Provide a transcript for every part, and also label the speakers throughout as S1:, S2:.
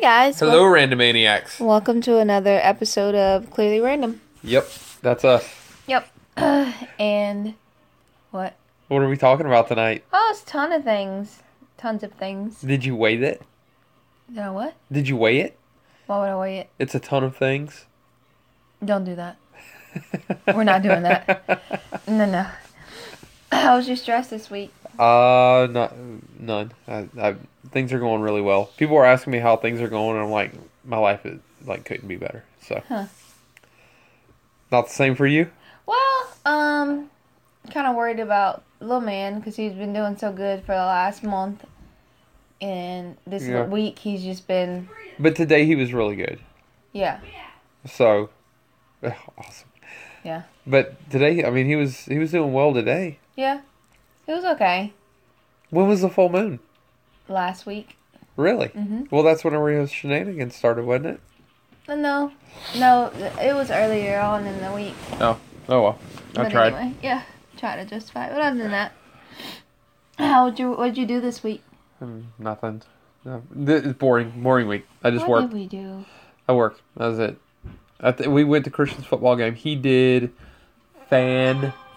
S1: guys.
S2: Hello, randomaniacs.
S1: Wel- welcome to another episode of Clearly Random.
S2: Yep, that's us.
S1: Yep. and what?
S2: What are we talking about tonight?
S1: Oh, it's a ton of things. Tons of things.
S2: Did you weigh it?
S1: Did I what?
S2: Did you weigh it?
S1: Why would I weigh it?
S2: It's a ton of things.
S1: Don't do that. We're not doing that. No, no. How was your stress this week?
S2: Uh, not none. I, I, things are going really well. People are asking me how things are going, and I'm like, my life is like couldn't be better. So,
S1: Huh.
S2: not the same for you.
S1: Well, um, kind of worried about little man because he's been doing so good for the last month, and this
S2: Yeah.
S1: week he's just been
S2: But today he was really good.
S1: yeah.
S2: So, awesome.
S1: Yeah.
S2: But today, I mean, he was he was doing well today.
S1: Yeah, it was okay
S2: When was the full moon?
S1: last week.
S2: Really?
S1: Mhm.
S2: Well, that's when Rio's shenanigans started, wasn't it?
S1: But no, no, it was earlier on in the week.
S2: Oh, oh well.
S1: But Anyway, yeah, try to justify it. But other than that, how would you? What'd you do this week?
S2: Mm, nothing. No, th- it's boring. Boring week. I just
S1: what
S2: worked.
S1: did we do?
S2: I worked. That was it. I th- we went to Christian's football game. He did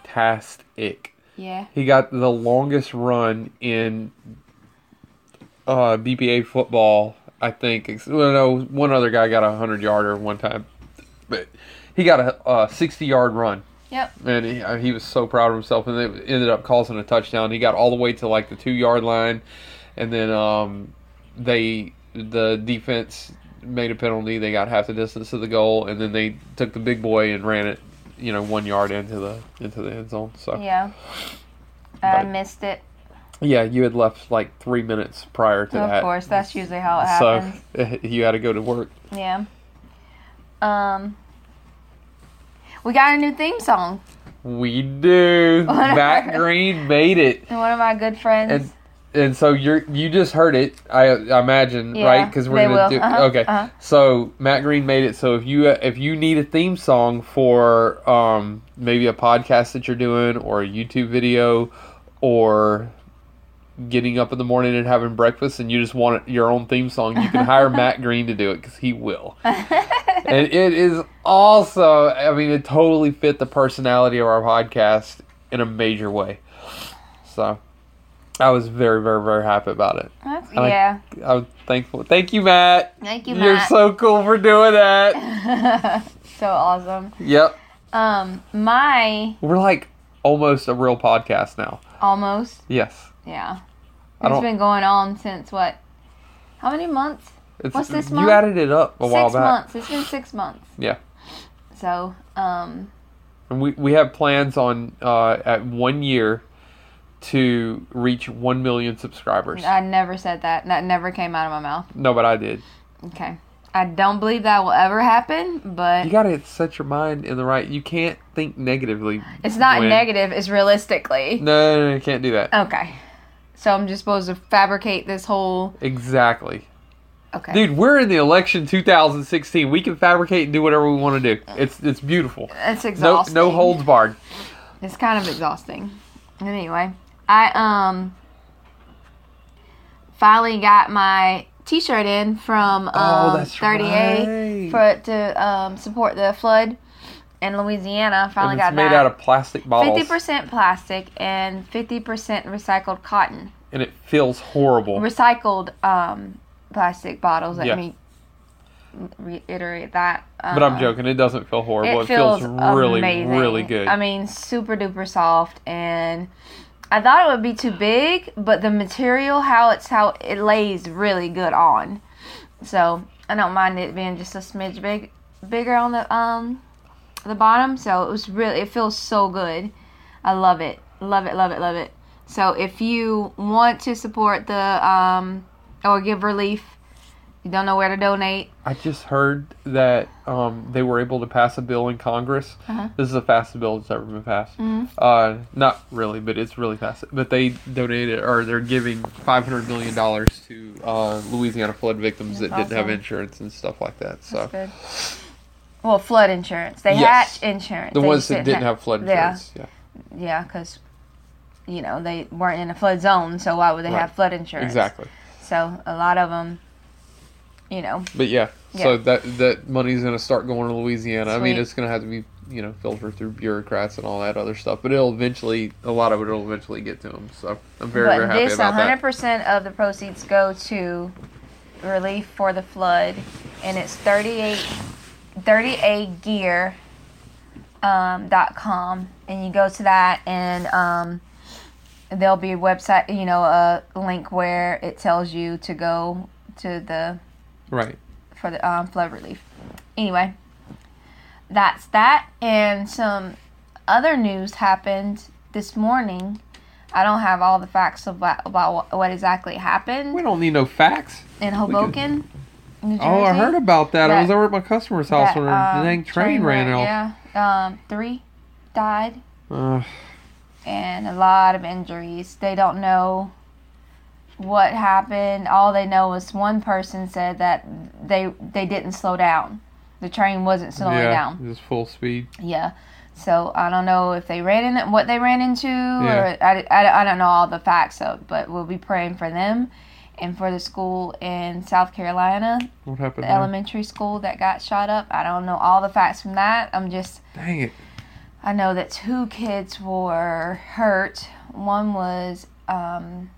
S2: fantastic.
S1: Yeah,
S2: He got the longest run in uh, BPA football, I think. Ex- Well, no, one other guy got a 100 yarder one time, but he got a 60 yard run.
S1: Yep.
S2: And he, uh, he was so proud of himself, and it ended up causing a touchdown. He got all the way to like the two yard line, and then um, they the defense made a penalty. They got half the distance to the goal, and then they took the big boy and ran it, you know, one yard into the into the end zone. So
S1: yeah. I
S2: But-
S1: missed it.
S2: yeah, you had left like three minutes prior to
S1: Of
S2: that.
S1: course, that's usually how it happens.
S2: So you had to go to work.
S1: Yeah. Um. We got a new theme song.
S2: We do. Matt Green made it,
S1: And one of my good friends.
S2: and and so you're you just heard it. I, I imagine
S1: Yeah,
S2: right because we're
S1: they
S2: gonna
S1: will.
S2: do
S1: Uh-huh,
S2: okay.
S1: uh-huh.
S2: So Matt Green made it. So if you if you need a theme song for um maybe a podcast that you're doing or a YouTube video or getting up in the morning and having breakfast and you just want your own theme song you can hire matt green to do it because he will and it is also i mean it totally fit the personality of our podcast in a major way so i was very very very happy about it
S1: That's-
S2: I like-
S1: yeah.
S2: i'm thankful thank you matt
S1: Thank you,
S2: are
S1: Matt.
S2: so cool for doing that
S1: so awesome.
S2: yep
S1: Um, my
S2: we're like almost a real podcast now
S1: almost.
S2: yes
S1: Yeah.
S2: I
S1: It's
S2: don't-
S1: been going on since what? How many months?
S2: it's,
S1: What's this
S2: you
S1: month?
S2: added it up a while
S1: six
S2: back
S1: months. It's been six months.
S2: Yeah.
S1: So, um,
S2: And we, we have plans on uh, at one year to reach 1 million subscribers.
S1: I never said that. That never came out of my mouth.
S2: No, but I did.
S1: Okay. I don't believe that will ever happen, but
S2: You got to set your mind in the right. You can't think negatively.
S1: it's not
S2: when-
S1: negative. It's realistically.
S2: No, no, no, you can't do that.
S1: Okay. So I'm just supposed to fabricate this whole.
S2: Exactly.
S1: Okay.
S2: Dude, we're in the election 2016. We can fabricate and do whatever we want to do. It's it's beautiful.
S1: It's
S2: No
S1: exhausting.
S2: no holds barred.
S1: It's kind of exhausting. Anyway, I um finally got my T-shirt in from um,
S2: Oh, that's
S1: 30A
S2: right.
S1: for to um, support the flood in Louisiana. Finally
S2: And it's
S1: got
S2: made
S1: Oh that.
S2: out of plastic bottles.
S1: Fifty percent plastic and fifty percent recycled cotton.
S2: And it feels horrible.
S1: Recycled um, plastic bottles. Let
S2: Yeah.
S1: me reiterate that. Um,
S2: but I'm joking. It doesn't feel horrible. It, feels, really,
S1: amazing.
S2: really good.
S1: I mean, super duper soft, and I thought it would be too big, but the material, how it's how it lays, really good on. So I don't mind it being just a smidge big, bigger on the um the bottom. So it was really, it feels so good. I love it, love it, love it, love it. So if you want to support the um or give relief, you don't know where to donate.
S2: I just heard that um, they were able to pass a bill in Congress.
S1: Uh-huh.
S2: This is the fastest bill that's ever been passed.
S1: Mm-hmm.
S2: Uh, not really, but it's really fast. But they donated, or they're giving five hundred million dollars to uh, Louisiana flood victims that
S1: That's
S2: didn't have
S1: awesome.
S2: insurance and stuff like that. So
S1: That's good. Well, flood insurance. They
S2: Yes.
S1: had insurance.
S2: the
S1: They
S2: ones
S1: just
S2: that didn't have flood
S1: yeah.
S2: insurance, yeah,
S1: Yeah, because you know they weren't in a flood zone, so why would they
S2: Right.
S1: have flood insurance?
S2: exactly.
S1: So a lot of them you know.
S2: But yeah, so
S1: Yeah.
S2: that that money's going to start going to Louisiana. I mean,
S1: Sweet.
S2: it's going to have to be you know filtered through bureaucrats and all that other stuff, but it'll eventually a lot of it will eventually get to them. So I'm very very
S1: but
S2: happy
S1: this
S2: about that.
S1: 100% of the proceeds go to relief for the flood, and it's 38 38 gear um, dot com, and you go to that, and um, there'll be a website, you know, a link where it tells you to go to the
S2: Right.
S1: for the um, flood relief. Anyway, that's that. And some other news happened this morning. I don't have all the facts about, about what, what exactly
S2: We
S1: happened
S2: don't need no facts.
S1: in Hoboken, New Jersey.
S2: Oh, I heard about that. I
S1: That-
S2: was over at my customer's house
S1: That,
S2: when
S1: um,
S2: the dang train, ran out.
S1: Yeah, um, three died
S2: Ugh.
S1: and a lot of injuries. They don't know what happened. All they know is one person said that they they didn't slow down. The train wasn't slowing
S2: yeah,
S1: down.
S2: just full speed.
S1: Yeah. So I don't know if they ran in what they ran into,
S2: Yeah.
S1: or I, I, I don't know all the facts of, but we'll be praying for them and for the school in South Carolina,
S2: What happened?
S1: the
S2: there?
S1: elementary school that got shot up. I don't know all the facts from that. I'm just
S2: Dang it!
S1: I know that two kids were hurt. One was um,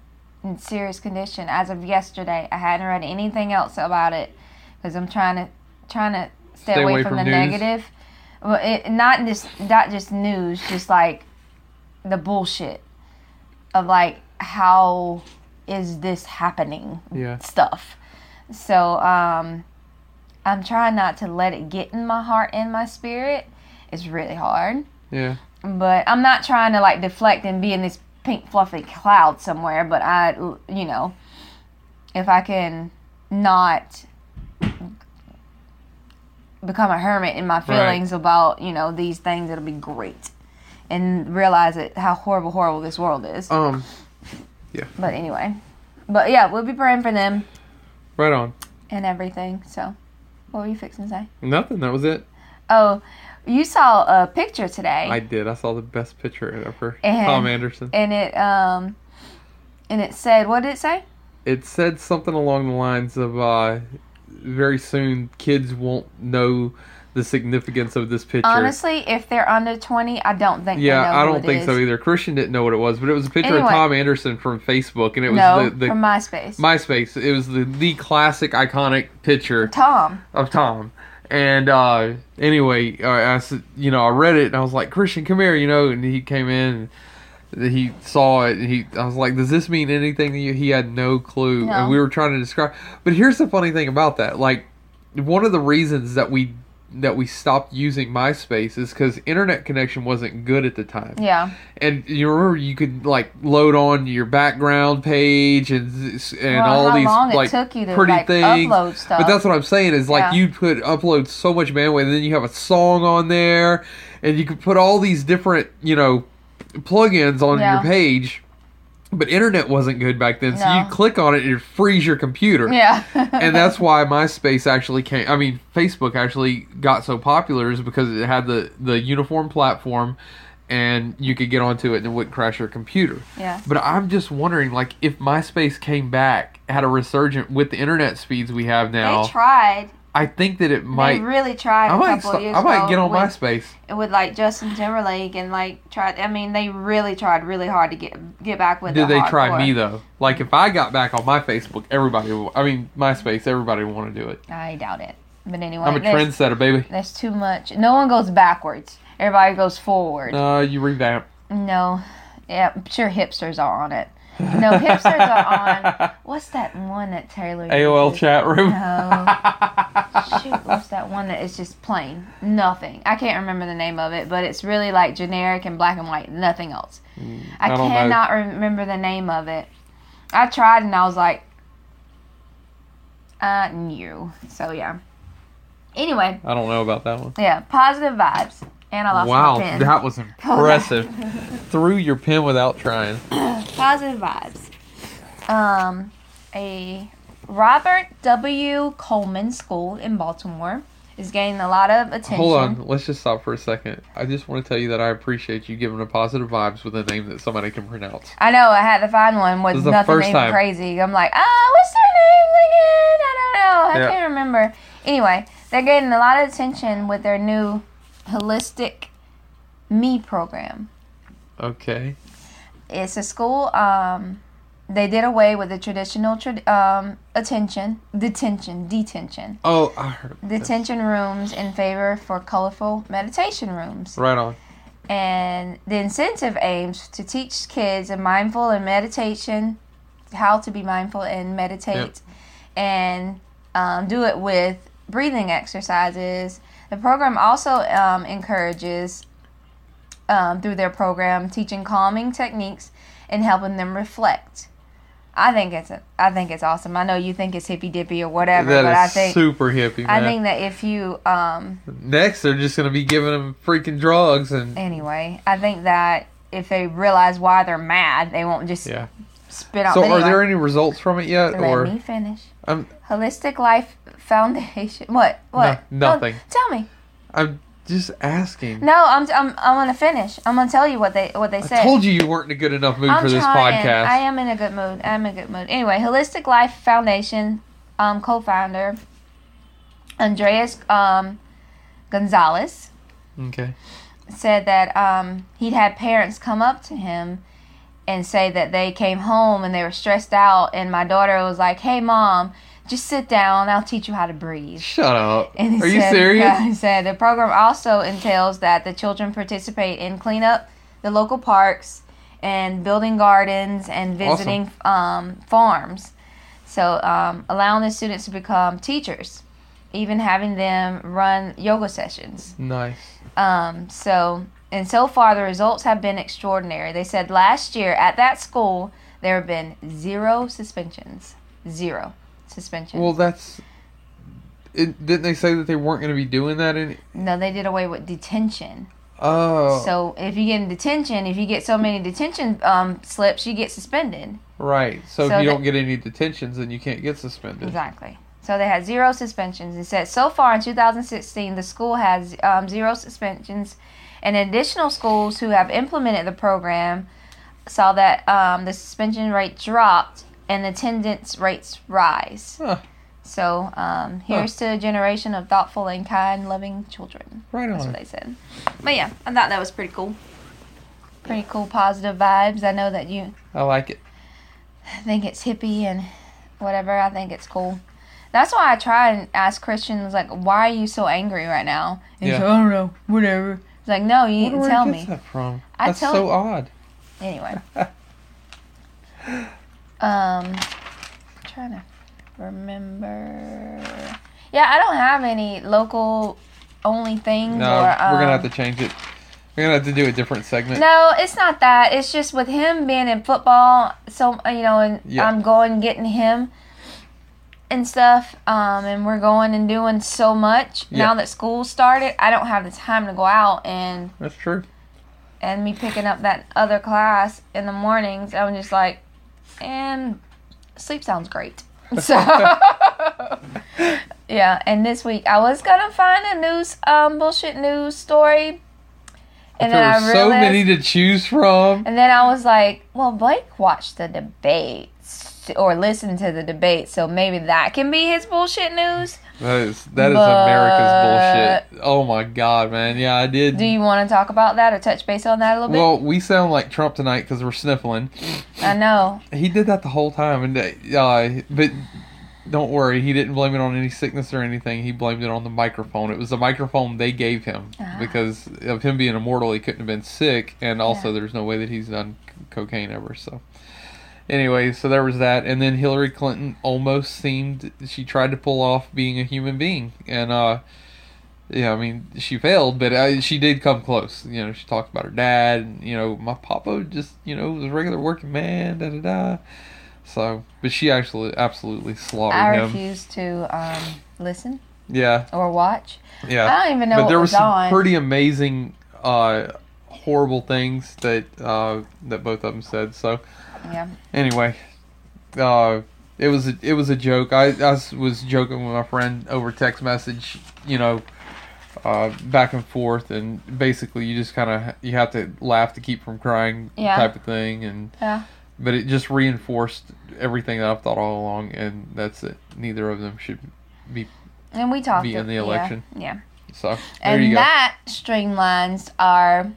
S1: in serious condition as of yesterday. I hadn't read anything else about it because I'm trying to trying to stay, away, from, the
S2: news.
S1: negative. Well, it, not just not just news, just like the bullshit of like how is this happening
S2: Yeah,
S1: stuff. So um, I'm trying not to let it get in my heart and my spirit. It's really hard
S2: yeah.
S1: but I'm not trying to like deflect and be in this pink fluffy cloud somewhere. But I, you know, if I can not become a hermit in my feelings about you know these things, it'll be great, and realize it how horrible, horrible this world is.
S2: Um,
S1: But anyway, but yeah, we'll be praying for them
S2: right on.
S1: and everything. So, what were you fixing to say?
S2: Nothing. That was it.
S1: Oh, you saw a picture today.
S2: I did. I saw the best picture ever.
S1: And-
S2: Tom Anderson.
S1: and it um and it said what did it say
S2: It said something along the lines of, uh, "Very soon, kids won't know the significance of this picture."
S1: honestly if they're under 20 i don't think they know
S2: yeah, I
S1: who
S2: don't
S1: it
S2: think so
S1: is.
S2: either. Christian didn't know what it was, but it was a picture
S1: Anyway.
S2: of Tom Anderson from Facebook, and it was
S1: no
S2: the, the
S1: from myspace
S2: MySpace. It was the the classic iconic picture
S1: tom
S2: of Tom. And uh, anyway, I, I s- you know I read it and I was like, Christian, come here, you know. And he came in, and he saw it. And he, I was like, does this mean anything to you? He had no clue,
S1: No.
S2: and we were trying to describe. But here's the funny thing about that: like, one of the reasons that we that we stopped using MySpace is because internet connection wasn't good at the time
S1: yeah
S2: and you remember you could like load on your background page and z- and
S1: Well,
S2: all
S1: how
S2: these
S1: long it
S2: like
S1: took you to,
S2: pretty
S1: like,
S2: things.
S1: upload stuff.
S2: But that's what I'm saying is
S1: Yeah.
S2: like you put upload so much bandwidth, and then you have a song on there, and you could put all these different you know plugins on
S1: Yeah.
S2: your page. But internet wasn't good back then, so
S1: No.
S2: you click on it and it frees your computer
S1: yeah
S2: and that's why MySpace actually came. I mean, Facebook actually got so popular is because it had the the uniform platform, and you could get onto it and it wouldn't crash your computer.
S1: yeah
S2: But I'm just wondering, like, if MySpace came back, had a resurgent with the internet speeds we have now,
S1: they tried
S2: I think that it might.
S1: they really tried
S2: I
S1: a
S2: might.
S1: couple
S2: st-
S1: years
S2: I might
S1: ago
S2: get on
S1: with,
S2: MySpace.
S1: with like justin timberlake and like tried i mean they really tried really hard to get get back with
S2: Did
S1: the
S2: they try
S1: hardcore.
S2: me though? Like, if I got back on my Facebook, everybody. Would, I mean, MySpace, everybody would want to do it.
S1: i doubt it but anyway
S2: I'm a
S1: there's,
S2: trendsetter, baby.
S1: there's too much no one goes backwards everybody goes forward
S2: Uh, you revamp.
S1: No. Yeah, I'm sure hipsters are on it. No, hipsters are on. What's that one that Taylor?
S2: AOL
S1: uses? Oh,
S2: chat room.
S1: Shoot, what's that one that is just plain nothing? I can't remember the name of it, but it's really like generic and black and white, nothing else. I,
S2: Mm, I don't know.
S1: cannot remember the name of it. I tried and I was like, I knew. So yeah. Anyway,
S2: I don't know about that one.
S1: yeah, positive vibes, and I lost
S2: Wow,
S1: my pen.
S2: that was impressive. Threw your pen without trying.
S1: positive vibes. Um, a Robert W. Coleman School in Baltimore is getting a lot of attention.
S2: Hold on, let's just stop for a second. I just want to tell you that I appreciate you giving a positive vibes with a name that somebody can pronounce.
S1: I know I had to find one with
S2: This is the
S1: nothing
S2: first
S1: even
S2: time.
S1: "Oh, crazy. I'm like, ah, what's their names again? I don't know. I
S2: Yeah.
S1: can't remember. Anyway, they're getting a lot of attention with their new holistic me program.
S2: Okay.
S1: it's a school um they did away with the traditional tra- um attention detention detention
S2: Oh, I heard.
S1: detention rooms in favor for colorful meditation rooms
S2: Right on.
S1: and the incentive aims to teach kids a mindful and meditation how to be mindful and meditate and um, do it with breathing exercises the program also um, encourages um, through their program teaching calming techniques and helping them reflect i think it's i think it's awesome i know you think it's hippy dippy or whatever
S2: That
S1: but
S2: is
S1: i think
S2: super hippie,
S1: i
S2: man.
S1: think that if you um,
S2: Next, they're just gonna be giving them freaking drugs and
S1: anyway, I think that if they realize why they're mad, they won't just
S2: yeah.
S1: spit out.
S2: So,
S1: but
S2: are
S1: anyway,
S2: there any results from it yet,
S1: Let
S2: or
S1: me finish.
S2: I'm
S1: Holistic Life Foundation. What? What?
S2: No- nothing.
S1: Oh, tell me.
S2: I'm just asking?
S1: No, I'm, I'm. I'm gonna finish. I'm gonna tell you what they what they said.
S2: I told you you weren't in a good enough mood
S1: I'm
S2: for this
S1: trying.
S2: podcast.
S1: I am in a good mood. I'm in a good mood. Anyway, Holistic Life Foundation um, co-founder Andreas um, Gonzalez.
S2: okay.
S1: said that um, he'd had parents come up to him and say that they came home and they were stressed out, and my daughter was like, "Hey, mom, just sit down. I'll teach you how to breathe."
S2: Shut up.
S1: And he
S2: Are you
S1: said-
S2: serious?
S1: Yeah, he said the program also entails that the children participate in cleanup the local parks and building gardens and visiting um, farms. So um, allowing the students to become teachers, even having them run yoga sessions.
S2: Nice.
S1: Um, so, and so far, the results have been extraordinary. They said last year at that school, there have been zero suspensions. Zero suspensions.
S2: Well, that's. It, didn't they say that they weren't going to be doing that? In,
S1: no, they did away with detention.
S2: oh,
S1: So, if you get in detention, if you get so many detention um, slips, you get suspended.
S2: right. So,
S1: so
S2: if you
S1: that-
S2: don't get any detentions, then you can't get suspended.
S1: Exactly. So they had zero suspensions. It said so far in 2016, the school has um, zero suspensions, and additional schools who have implemented the program saw that um, the suspension rate dropped and attendance rates rise.
S2: Huh.
S1: So um, here's to a generation of thoughtful and kind, loving children.
S2: Right
S1: That's
S2: on.
S1: what they said. But yeah, I thought that was pretty cool. Pretty cool, positive vibes. I know that you
S2: I like it.
S1: I think it's hippie and whatever. I think it's cool. That's why I try and ask Christians like, "Why are you so angry right now?" And he's like,
S2: Yeah.
S1: "I don't know, whatever." It's like, "No, you
S2: Wonder
S1: didn't
S2: where
S1: tell
S2: he gets
S1: me."
S2: that from.
S1: I
S2: That's
S1: tell-
S2: so odd.
S1: Anyway, um, trying to remember. Yeah, I don't have any local only things.
S2: No,
S1: or, um,
S2: we're gonna have to change it. We're gonna have to do a different segment.
S1: No, it's not that. It's just with him being in football, so you know, and
S2: Yeah.
S1: I'm going getting him and stuff, um, and we're going and doing so much
S2: Yeah.
S1: now that school started. I don't have the time to go out and
S2: That's true.
S1: and me picking up that other class in the mornings. I'm just like, and sleep sounds great. So yeah, and this week I was gonna find a news um bullshit news story. And
S2: there
S1: then
S2: are
S1: I
S2: so
S1: realized-
S2: many to choose from.
S1: and then I was like, well, Blake watched the debates or listened to the debate, so maybe that can be his bullshit news.
S2: That is that is
S1: But-
S2: America's bullshit. Oh my god, man. Yeah, I did.
S1: Do you want to talk about that or touch base on that a little bit?
S2: well, we sound like Trump tonight because we're sniffling.
S1: I know.
S2: He did that the whole time, and uh, but don't worry, he didn't blame it on any sickness or anything. He blamed it on the microphone. It was the microphone they gave him
S1: Ah.
S2: because of him being immortal. He couldn't have been sick, and also there's no way that he's done c- cocaine ever. So, anyway, so there was that, and then Hillary Clinton almost seemed she tried to pull off being a human being, and uh. Yeah, I mean, she failed, but uh she did come close. You know, she talked about her dad, and, you know, my papa just, you know, was a regular working man, da da da. So, but she actually absolutely slaughtered
S1: I
S2: him.
S1: refuse to um, listen
S2: Yeah,
S1: or watch.
S2: yeah.
S1: I don't even know
S2: but
S1: what
S2: there
S1: was
S2: were some
S1: on.
S2: pretty amazing, uh, horrible things that uh, that both of them said. So
S1: Yeah.
S2: anyway, uh, it was a, it was a joke. I, I s- was joking with my friend over text message. You know. Uh, back and forth, and basically, you just kind of you have to laugh to keep from crying,
S1: Yeah.
S2: type of thing. And
S1: Yeah.
S2: but it just reinforced everything that I've thought all along, and that's it. Neither of them should be
S1: And we talked
S2: Be in the
S1: yeah,
S2: election.
S1: yeah.
S2: so. There
S1: and
S2: you go.
S1: that streamlines our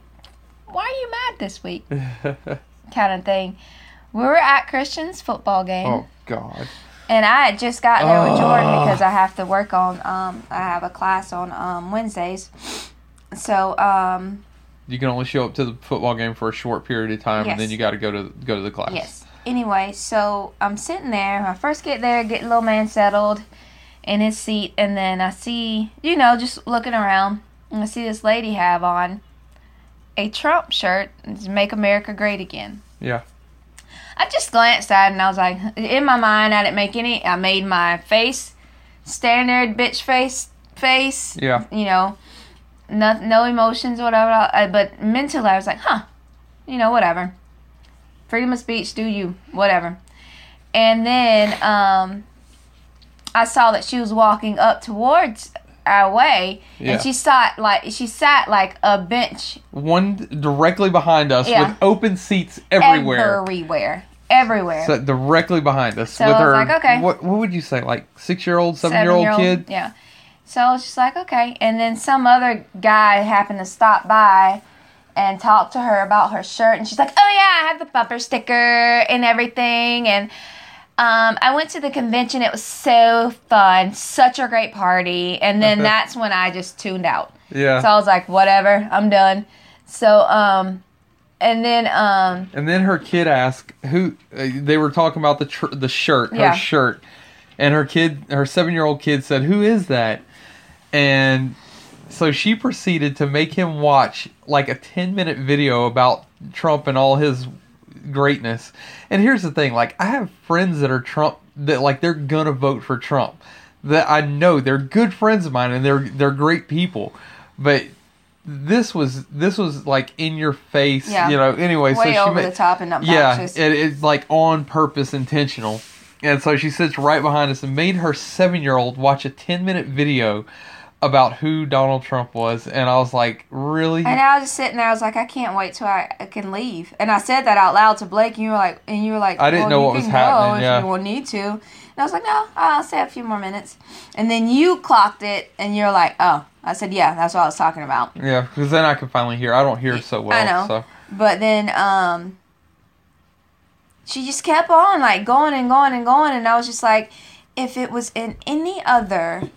S1: why are you mad this week kind of thing. We were at Christian's football game,
S2: oh God.
S1: and I had just got there with Jordan
S2: Ugh.
S1: because I have to work on. Um, I have a class on um, Wednesdays, so um,
S2: You can only show up to the football game for a short period of time,
S1: Yes.
S2: and then you got to go to go to the class.
S1: yes. Anyway, so I'm sitting there. I first get there, get little man settled in his seat, and then I see, you know, just looking around, and I see this lady have on a Trump shirt, it's "Make America Great Again."
S2: Yeah.
S1: I just glanced at it and I was like, in my mind, I didn't make any. I made my face standard bitch face face.
S2: Yeah.
S1: You know, no, no emotions, whatever. I, but mentally, I was like, huh, you know, whatever. Freedom of speech, do you, whatever. And then um, I saw that she was walking up towards our way,
S2: Yeah.
S1: and she sat like she sat like a bench
S2: One directly behind us
S1: Yeah.
S2: with open seats everywhere.
S1: everywhere, everywhere.
S2: So directly behind us
S1: So
S2: with
S1: I was
S2: her.
S1: like, okay.
S2: What what would you say? Like six year old, seven year old
S1: Seven-year-old,
S2: kid.
S1: Yeah. So I was just like, okay. And then some other guy happened to stop by and talk to her about her shirt. And she's like, oh, yeah, I have the bumper sticker and everything. And um, I went to the convention. It was so fun, such a great party. And then that's when I just tuned out.
S2: Yeah.
S1: So I was like, whatever, I'm done. So, um, and then, um,
S2: And then her kid asked who uh, they were talking about the tr- the shirt, her
S1: Yeah.
S2: shirt, and her kid, her seven year old kid said, "Who is that?" And so she proceeded to make him watch like a ten minute video about Trump and all his greatness. And here's the thing: like I have friends that are Trump that like they're gonna vote for Trump. That I know they're good friends of mine and they're they're great people, but. This was this was like in your face,
S1: Yeah.
S2: you know. Anyway,
S1: way
S2: so she
S1: over
S2: ma-
S1: the top and obnoxious.
S2: yeah, it is like on purpose, intentional. And so she sits right behind us and made her seven year old watch a 10 minute video about who Donald Trump was. And I was like, really?
S1: And I was just sitting there. I was like, I can't wait till I, I can leave. And I said that out loud to Blake, and you were like, and you were like,
S2: I
S1: well,
S2: didn't know
S1: you
S2: what was
S1: can go
S2: happening,
S1: If
S2: yeah.
S1: you will need to. And I was like, no, I'll stay a few more minutes. And then you clocked it, and you're like, oh, I said, yeah, that's what I was talking about.
S2: Yeah, because then I can finally hear. I don't hear so well.
S1: I know.
S2: So.
S1: But then, um, she just kept on like going and going and going, and I was just like, if it was in any other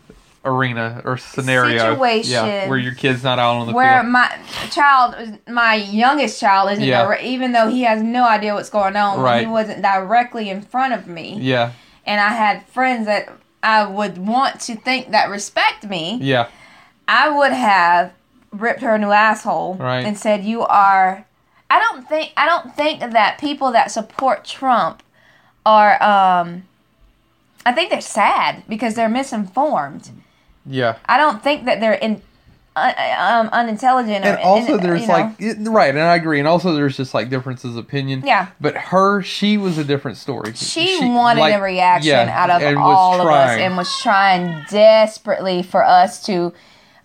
S2: Arena or scenario, yeah,
S1: Situation.
S2: where your kid's not out on the
S1: where
S2: field,
S1: my child, my youngest child, isn't
S2: Yeah.
S1: dire- even though he has no idea what's going on.
S2: Right.
S1: He wasn't directly in front of me,
S2: yeah,
S1: and I had friends that I would want to think that respect me.
S2: yeah,
S1: I would have ripped her a new asshole
S2: Right.
S1: and said, "You are." I don't think I don't think that people that support Trump are. um I think they're sad because they're misinformed.
S2: yeah.
S1: I don't think that they're in, uh, um, unintelligent. or
S2: and also
S1: in-
S2: there's
S1: you know.
S2: like it- right and i agree and also there's just like differences of opinion
S1: Yeah.
S2: but her she was a different story
S1: she, wanted
S2: like,
S1: a reaction
S2: yeah,
S1: out of
S2: and was
S1: all of us
S2: trying.
S1: and was trying desperately for us to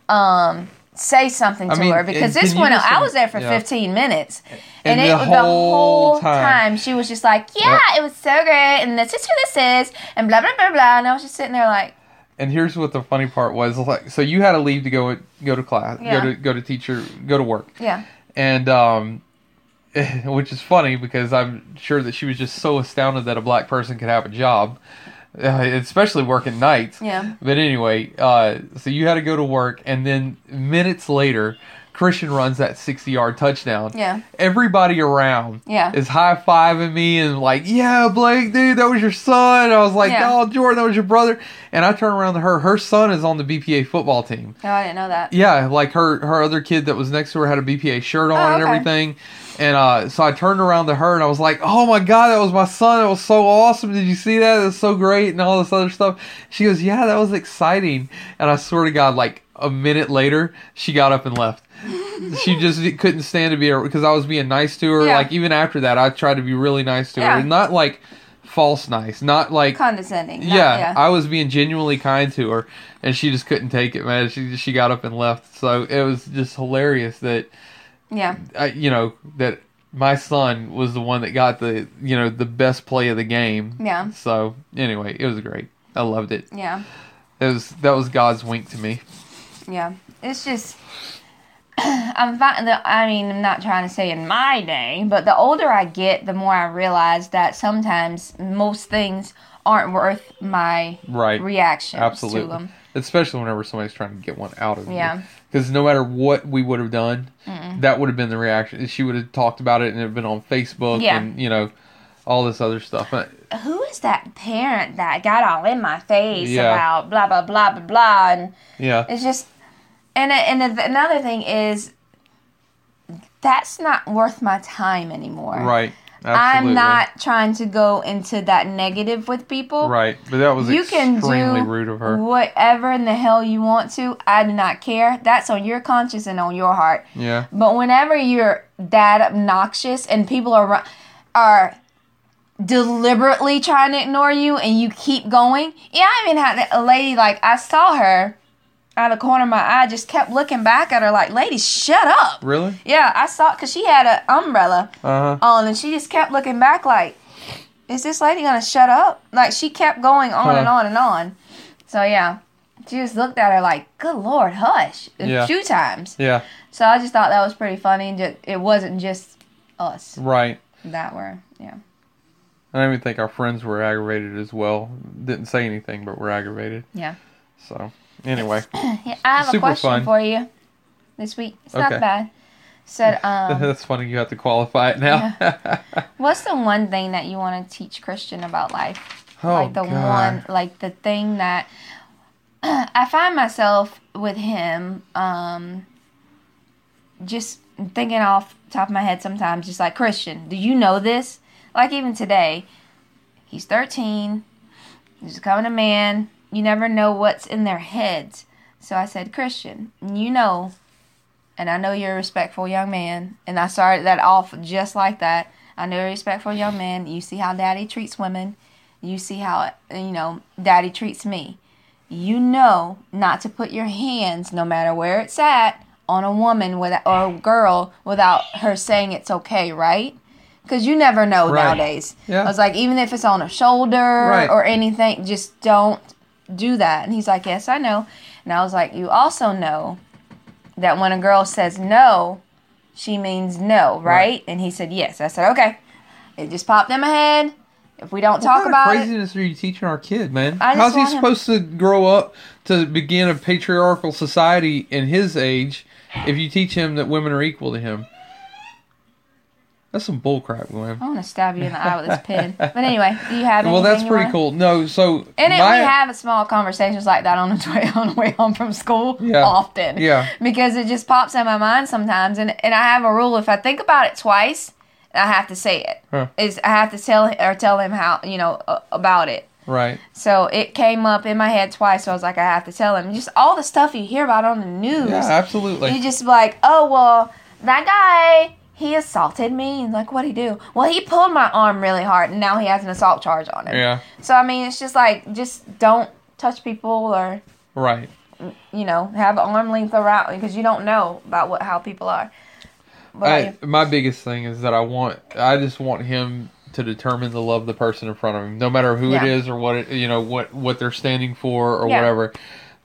S1: um, say something to
S2: mean,
S1: her because
S2: and
S1: this
S2: can you
S1: one
S2: just
S1: I
S2: im-
S1: was there for
S2: yeah.
S1: 15 minutes and,
S2: And
S1: it
S2: the
S1: was
S2: whole
S1: the whole time.
S2: time.
S1: she was just like yeah it was so great and this is who this is and blah blah blah blah and I was just sitting there like
S2: And here's what the funny part was: like, so you had to leave to go go to class,
S1: Yeah.
S2: go to go to teacher, go to work,
S1: yeah
S2: and um, which is funny because I'm sure that she was just so astounded that a black person could have a job, uh, especially working nights.
S1: Yeah.
S2: But anyway, uh, so you had to go to work, and then minutes later, Christian runs that 60 yard touchdown.
S1: Yeah.
S2: Everybody around
S1: Yeah.
S2: is high fiving me and like, yeah, Blake, dude, that was your son. And I was like,
S1: Yeah.
S2: oh, Jordan, that was your brother. And I turn around to her. Her son is on the BPA football team.
S1: no I didn't know that
S2: Yeah, like her her other kid that was next to her had a BPA shirt on
S1: Oh,
S2: and
S1: okay.
S2: everything. And uh, so I turned around to her and I was like, "Oh my god, that was my son. That was so awesome. Did you see that? That's so great." And all this other stuff. She goes, "Yeah, that was exciting." And I swear to God, like a minute later, she got up and left. she just couldn't stand to be because I was being nice to her.
S1: Yeah.
S2: Like even after that, I tried to be really nice to
S1: Yeah.
S2: her, and not like false nice, not like
S1: condescending not-
S2: yeah,
S1: yeah
S2: I was being genuinely kind to her, and she just couldn't take it, man. She she got up and left. So it was just hilarious that
S1: yeah
S2: uh, you know that my son was the one that got the you know the best play of the game.
S1: Yeah.
S2: So anyway, it was great. I loved it.
S1: yeah
S2: That was that was God's wink to me.
S1: Yeah, it's just I'm finding that I mean I'm not trying to say in my day, but the older I get, the more I realize that sometimes most things aren't worth my
S2: Right.
S1: reaction to
S2: Absolutely.
S1: them.
S2: Especially whenever somebody's trying to get one out of you.
S1: Yeah.
S2: Because no matter what we would have done, that would have been the reaction. She would have talked about it and it would have been on Facebook
S1: Yeah.
S2: and, you know, all this other stuff. Uh, But
S1: Who is that parent that got all in my face
S2: Yeah.
S1: about blah blah blah blah blah and
S2: yeah.
S1: It's just, and uh, and another thing is, that's not worth my time anymore.
S2: Right. Absolutely.
S1: I'm not trying to go into that negative with people.
S2: Right. But that was
S1: You can
S2: extremely
S1: do
S2: rude of her.
S1: whatever in the hell you want to. I do not care. That's on your conscience and on your heart.
S2: Yeah.
S1: But whenever you're that obnoxious and people are ru- are deliberately trying to ignore you and you keep going, yeah, I even had a lady like I saw her out of the corner of my eye, just kept looking back at her like, "Lady, shut up."
S2: Really?
S1: Yeah, I saw because she had an umbrella
S2: Uh huh.
S1: on and she just kept looking back like, "Is this lady gonna shut up?" Like she kept going on and
S2: Huh.
S1: on and on. So yeah. She just looked at her like, "Good Lord, hush!"
S2: Yeah.
S1: A few times.
S2: Yeah.
S1: So I just thought that was pretty funny. and ju- It wasn't just us
S2: Right.
S1: that were, yeah.
S2: I don't even think our friends were aggravated as well. Didn't say anything, but were aggravated.
S1: Yeah.
S2: So, anyway.
S1: yeah I have a
S2: Super
S1: question
S2: fun.
S1: for you this week. It's
S2: Okay.
S1: not bad. Said, um,
S2: That's funny. You have to qualify it now.
S1: what's the one thing that you want to teach Christian about life?
S2: oh,
S1: like the
S2: God.
S1: one, like the thing that I find myself with him, um, just thinking off the top of my head sometimes, just like Christian, do you know this? Like even today, he's 13. He's becoming a man. You never know what's in their heads. So I said, Christian, you know, and I know you're a respectful young man. And I started that off just like that. I know you're a respectful young man. You see how daddy treats women. You see how, you know, daddy treats me. You know not to put your hands, no matter where it's at, on a woman with, or a girl without her saying it's okay, right? Because you never know
S2: Right.
S1: nowadays.
S2: Yeah.
S1: I was like, even if it's on a shoulder
S2: Right.
S1: or anything, just don't do that. And he's like, Yes, I know. And I was like, You also know that when a girl says no, she means no, right?
S2: Right.
S1: And he said, Yes. I said, Okay. It just popped in my head. If we don't
S2: What
S1: talk
S2: kind of
S1: about it,
S2: craziness are you teaching our kid, man?
S1: I just
S2: How's he
S1: want him-
S2: supposed to grow up to begin a patriarchal society in his age if you teach him that women are equal to him? That's some bullcrap, Glenn.
S1: I want to stab you in the eye with this pin. But anyway, do you have anything
S2: Well, that's
S1: you
S2: pretty
S1: wanna-
S2: cool. No, so
S1: And it,
S2: my-
S1: we have small conversations like that on the way, on the way home from school
S2: Yeah.
S1: often.
S2: Yeah.
S1: Because it just pops in my mind sometimes. And, and I have a rule if I think about it twice, I have to say it.
S2: Huh.
S1: Is I have to tell or tell him how, you know, uh, about it.
S2: right,
S1: So it came up in my head twice. So I was like, I have to tell him. Just all the stuff you hear about on the news.
S2: yeah, absolutely.
S1: You just be like, oh well, that guy he assaulted me. And like, what'd he do? Well, he pulled my arm really hard, and now he has an assault charge on him.
S2: Yeah.
S1: So I mean, it's just like, just don't touch people, or
S2: right.
S1: you know, have an arm length around because you don't know about what how people are. But
S2: I, my biggest thing is that I want I just want him to determine the love of the person in front of him, no matter who it
S1: Yeah.
S2: is or what it, you know what what they're standing for or
S1: Yeah.
S2: whatever.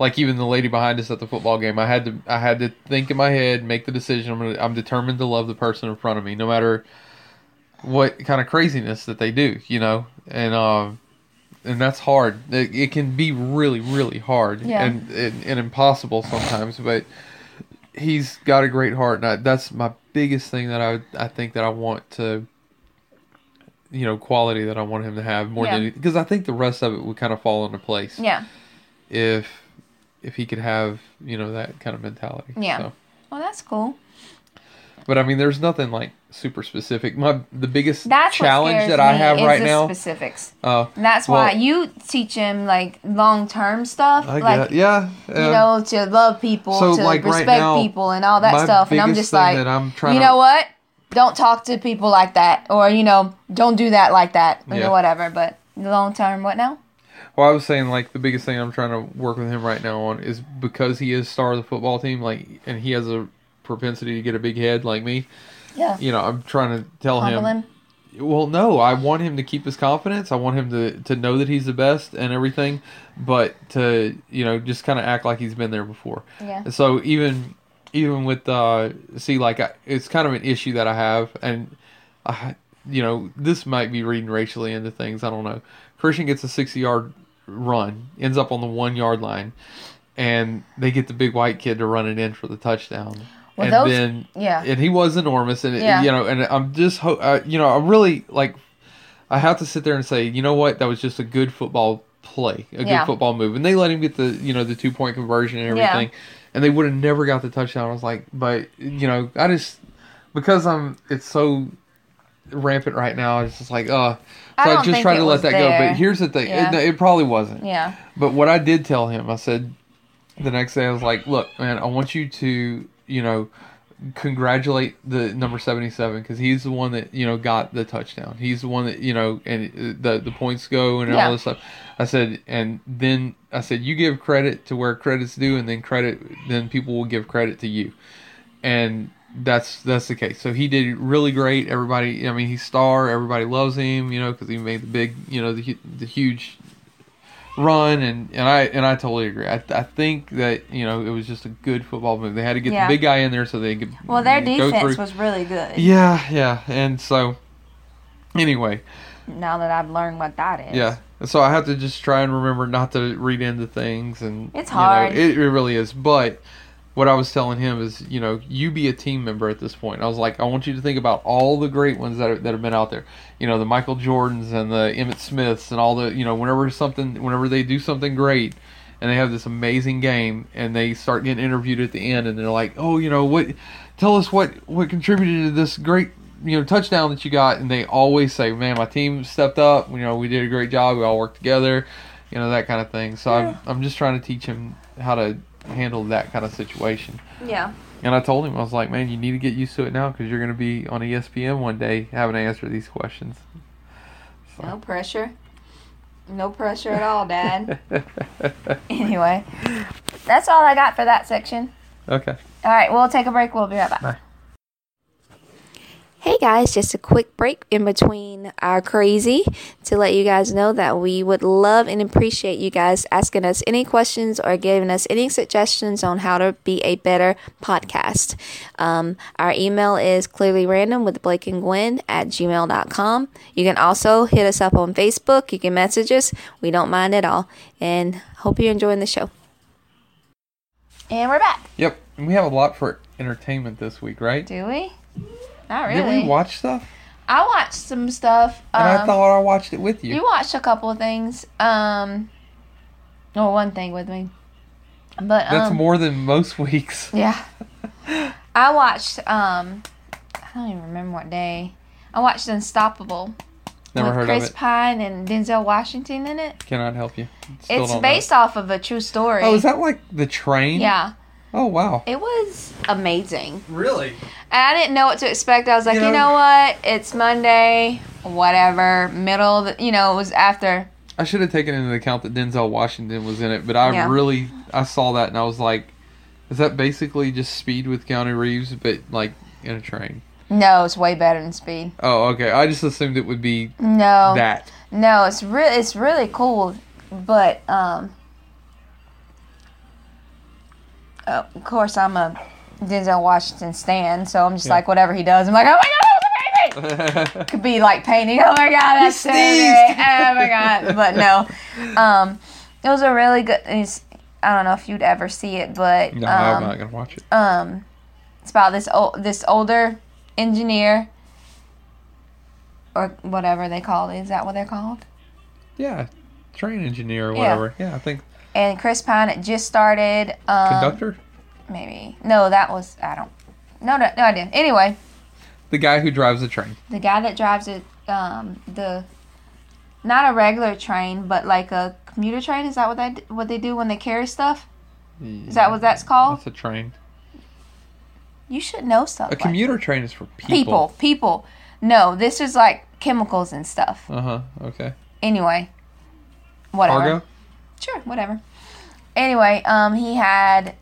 S2: Like even the lady behind us at the football game, I had to I had to think in my head, make the decision. I'm gonna, I'm determined to love the person in front of me, no matter what kind of craziness that they do, you know. And um, and that's hard. It, it can be really really hard
S1: Yeah.
S2: and, and and impossible sometimes, but he's got a great heart, and I, that's my biggest thing that I I think that I want to, you know, quality that I want him to have more
S1: Yeah.
S2: than because I think the rest of it would kind of fall into place
S1: yeah,
S2: if if he could have you know that kind of mentality.
S1: Yeah.
S2: So,
S1: well, that's cool.
S2: but I mean, there's nothing like super specific. My the biggest
S1: That's what
S2: challenge
S1: scares
S2: that I
S1: me
S2: have
S1: is
S2: right
S1: the Mm,
S2: now.
S1: Specifics.
S2: Uh,
S1: And that's why
S2: Well-
S1: you teach him like long term stuff.
S2: I
S1: like
S2: get, yeah, yeah.
S1: you know, to love people,
S2: So,
S1: to
S2: like, right
S1: respect
S2: now,
S1: people, and all that
S2: my
S1: stuff. And I'm just
S2: biggest thing
S1: like,
S2: that I'm trying
S1: you
S2: to-
S1: know what? Don't talk to people like that, or you know, don't do that like that, or
S2: Yeah.
S1: whatever. But long term, what now?
S2: Well, I was saying like the biggest thing I'm trying to work with him right now on is because he is star of the football team, like, and he has a propensity to get a big head like me.
S1: Yeah,
S2: You know, I'm trying to tell
S1: humble him.
S2: him, Well, no, I want him to keep his confidence. I want him to, to know that he's the best and everything, but to you know just kind of act like he's been there before.
S1: Yeah.
S2: And so even even with uh, see like I, it's kind of an issue that I have, and I you know this might be reading racially into things. I don't know. Christian gets a sixty yard run, ends up on the one yard line, and they get the big white kid to run it in for the touchdown.
S1: Well,
S2: and
S1: those-
S2: then
S1: yeah.
S2: and he was enormous and it-
S1: Yeah.
S2: you know and i'm just ho- uh, you know i'm really like i have to sit there and say you know what that was just a good football play
S1: Yeah.
S2: a good football move and they let him get the you know the two point conversion and
S1: Yeah.
S2: everything and they would have never got the touchdown i was like but you know i just because i'm it's so rampant right now it's just like uh
S1: I
S2: so i,
S1: don't
S2: just
S1: think
S2: try
S1: it
S2: to
S1: was
S2: let that go
S1: there.
S2: but here's the thing
S1: Yeah.
S2: it, no, it probably wasn't
S1: Yeah.
S2: but what I did tell him, I said the next day, I was like, look, man, I want you to, you know, congratulate the number 77 because he's the one that, you know, got the touchdown. He's the one that, you know, and uh, the, the points go and
S1: Yeah.
S2: all this stuff. I said, and then I said, you give credit to where credit's due and then credit, then people will give credit to you and that's that's the case. So he did really great. Everybody, I mean, he's star. Everybody loves him, you know, because he made the big, you know, the hu- the huge run. And and I and I totally agree. I, I think that you know it was just a good football move. They had to get
S1: Yeah.
S2: the big guy in there so they could.
S1: Well, their
S2: go
S1: defense
S2: through.
S1: was really good.
S2: Yeah, yeah, and so anyway,
S1: Now that I've learned what that is.
S2: yeah. So I have to just try and remember not to read into things, and
S1: It's
S2: you know,
S1: hard.
S2: it, it really is. But what I was telling him is, you know, you be a team member at this point. I was like, I want you to think about all the great ones that are, that have been out there. You know, the Michael Jordans and the Emmett Smiths and all the, you know, whenever something, whenever they do something great. And they have this amazing game, and they start getting interviewed at the end, and they're like, "Oh, you know what? Tell us what what contributed to this great you know touchdown that you got and they always say man my team stepped up you know we did a great job we all worked together you know that kind of thing so
S1: Yeah.
S2: I'm, I'm just trying to teach him how to handle that kind of situation
S1: Yeah.
S2: and i told him i was like man you need to get used to it now because you're going to be on E espn one day having to answer these questions
S1: No pressure. No pressure at all, Dad. anyway, that's all I got for that section.
S2: okay
S1: All right, we'll take a break. We'll be right back.
S2: Bye.
S1: Hey guys, just a quick break in between our crazy to let you guys know that we would love and appreciate you guys asking us any questions or giving us any suggestions on how to be a better podcast. Um, our email is clearly random with Blake and Gwen at gmail.com. You can also hit us up on Facebook. You can message us. We don't mind at all. And hope you're enjoying the show. And we're back.
S2: yep and we have a lot for entertainment this week right
S1: Do we? Not
S2: did we watch stuff
S1: I watched some stuff.
S2: and i
S1: um,
S2: thought i watched it with you,
S1: you watched a couple of things. Um, well, one thing with me, but um,
S2: that's more than most weeks
S1: yeah. I watched. Um, I don't even remember what day. I watched Unstoppable
S2: never
S1: with
S2: heard
S1: Chris
S2: of it
S1: Pine and Denzel Washington in it.
S2: cannot help you Still
S1: it's
S2: don't know.
S1: based off of a true story.
S2: oh is that like the train
S1: Yeah,
S2: oh wow
S1: it was amazing.
S2: Really?
S1: And I didn't know what to expect. I was like, you
S2: You
S1: know,
S2: know-
S1: what? It's Monday, whatever. Middle, of the, you know, it was after.
S2: I should have taken into account that Denzel Washington was in it, but I
S1: Yeah.
S2: really I saw that and I was like, is that basically just Speed with Keanu Reeves, but like in a train?
S1: No, it's way better than Speed.
S2: Oh, okay. I just assumed it would be
S1: No,
S2: that.
S1: no, it's really it's really cool, but um, uh, of course I'm a Denzel Washington stan, so I'm just
S2: Yeah.
S1: like whatever he does, I'm like, oh my god, that's amazing. Could be like painting. Oh my god, that's so great.
S2: sneezed.
S1: Oh my god, but no, um, it was a really good. It's, I don't know if you'd ever see it, but
S2: no, I'm
S1: um,
S2: not gonna watch it.
S1: um, it's about this old this older engineer or whatever they call it. Is that what they're called?
S2: yeah, train engineer or whatever. Yeah, I think
S1: And Chris Pine it just started. Um,
S2: conductor,
S1: Maybe no, that was I don't. No, no, no idea. Anyway,
S2: the guy who drives the train.
S1: the guy that drives it, um, the not a regular train, but like a commuter train. Is that what they what they do when they carry stuff? Is that what that's called?
S2: That's a train.
S1: You should know stuff.
S2: A
S1: like-
S2: commuter train is for people.
S1: people, people. No, this is like chemicals and stuff.
S2: Uh huh. Okay.
S1: Anyway, whatever.
S2: Argo.
S1: Sure, whatever. Anyway, um, he had.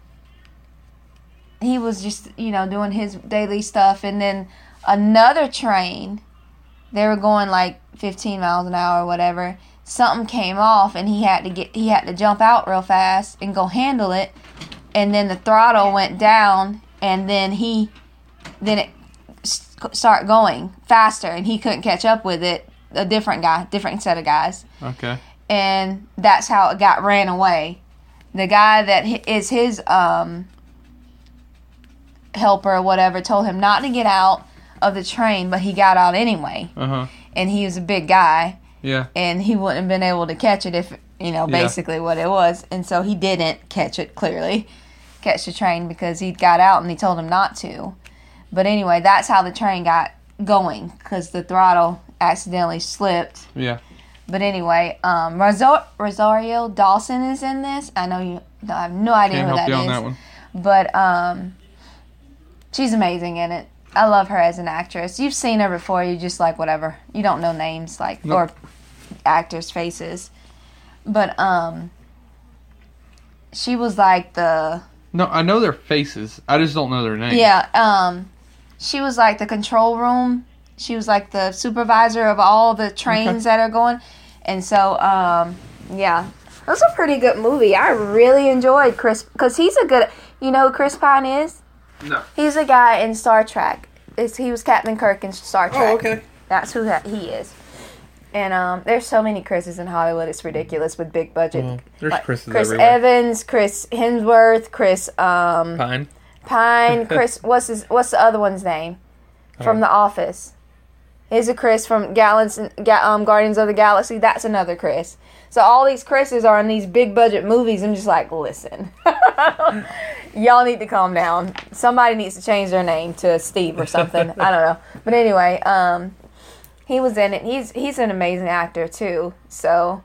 S1: He was just you know doing his daily stuff, and then another train they were going like 15 miles an hour or whatever. Something came off and he had to get he had to jump out real fast and go handle it. And then the throttle went down and then he then it s- start going faster and he couldn't catch up with it. A different guy, different set of guys.
S2: Okay.
S1: And that's how it got ran away. The guy that hi- is his um helper or whatever told him not to get out of the train, but he got out anyway
S2: Uh huh.
S1: and he was a big guy
S2: Yeah.
S1: and he wouldn't have been able to catch it if you know
S2: Yeah.
S1: basically what it was and so he didn't catch it clearly catch the train because he got out and he told him not to but anyway that's how the train got going because the throttle accidentally slipped
S2: Yeah.
S1: but anyway um Rosar- rosario dawson is in this i know you i have no idea
S2: Can't
S1: who that
S2: help
S1: is
S2: you on that one.
S1: but um she's amazing in it i love her as an actress you've seen her before you just like whatever you don't know names like or
S2: Nope.
S1: actors faces but um she was like the
S2: No, I know their faces. I just don't know their names.
S1: yeah um she was like the control room she was like the supervisor of all the trains that are going and so um yeah it was a pretty good movie i really enjoyed chris because he's a good you know who chris pine is
S2: No.
S1: He's a guy in Star Trek. It's, he was Captain Kirk in Star Trek.
S2: Oh, okay.
S1: That's who that, he is. And um, there's so many Chris's in Hollywood. It's ridiculous with big budget.
S2: Well, there's Chris's
S1: Chris
S2: everywhere.
S1: Evans, Chris Hemsworth, Chris um,
S2: Fine.
S1: Pine, Chris. what's his? What's the other one's name from
S2: Oh.
S1: The Office? Here's a Chris from Gallants, Ga- um, Guardians of the Galaxy. That's another Chris. So all these Chris's are in these big budget movies. I'm just like, listen, y'all need to calm down. Somebody needs to change their name to Steve or something. I don't know. But anyway, um, he was in it. He's he's an amazing actor too. So.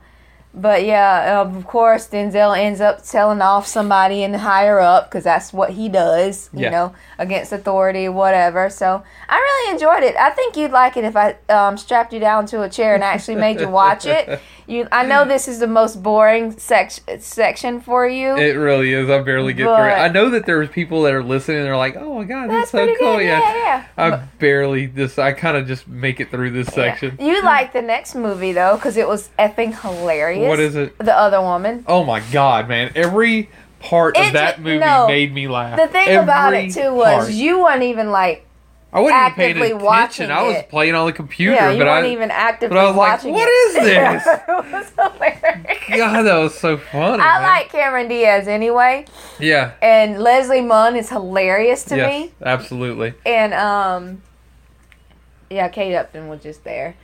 S1: But yeah, of course, Denzel ends up telling off somebody in the higher up because that's what he does, you
S2: Yeah.
S1: know, against authority, whatever. So I really enjoyed it. I think you'd like it if I um, strapped you down to a chair and actually made you watch it. You, I know this is the most boring sec- section for you.
S2: It really is. I barely get through it.
S1: But-
S2: I know that there's people that are listening and they're like, oh my God,
S1: that's
S2: that's,
S1: pretty
S2: so cool.
S1: good.
S2: Yeah.
S1: Yeah, yeah.
S2: I barely this. I kind of just make it through this section.
S1: You like the next movie though because it was effing hilarious.
S2: What is it?
S1: The other woman.
S2: Oh my god, man! Every part
S1: It
S2: of
S1: ju-
S2: that movie
S1: no.
S2: made me laugh.
S1: The thing about
S2: Every
S1: it too was
S2: part.
S1: you weren't even like
S2: I wasn't even paying
S1: actively
S2: attention.
S1: watching
S2: I was
S1: it.
S2: playing on the computer,
S1: yeah you
S2: but
S1: weren't
S2: I
S1: even actively
S2: but I was like,
S1: watching.
S2: "What
S1: it."
S2: is this?"
S1: it was hilarious.
S2: God, that was so funny.
S1: I
S2: man.
S1: like Cameron Diaz anyway,
S2: Yeah.
S1: and Leslie Munn is hilarious to
S2: yes,
S1: me.
S2: absolutely.
S1: and um yeah kate upton was just there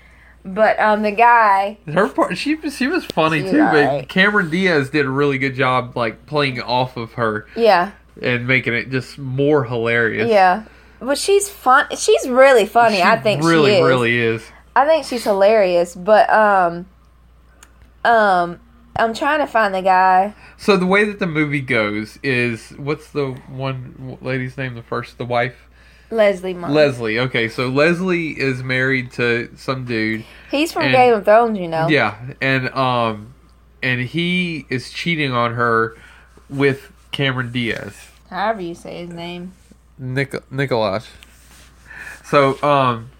S1: but um the guy
S2: Her part, she she was funny
S1: She's
S2: too,
S1: alright.
S2: but Cameron Diaz did a really good job, like playing off of her
S1: yeah
S2: and making it just more hilarious.
S1: yeah but she's fun she's really funny
S2: She
S1: i think
S2: really,
S1: she is
S2: really is.
S1: i think she's hilarious but um um i'm trying to find the guy
S2: So the way that the movie goes is, what's the one lady's name? The first, the wife.
S1: leslie Munn.
S2: Leslie. Okay, so Leslie is married to some dude.
S1: he's from
S2: and-
S1: game of thrones you know
S2: Yeah, and um, and he is cheating on her with Cameron Diaz,
S1: however you say his name
S2: Nic- Nicholas. So um,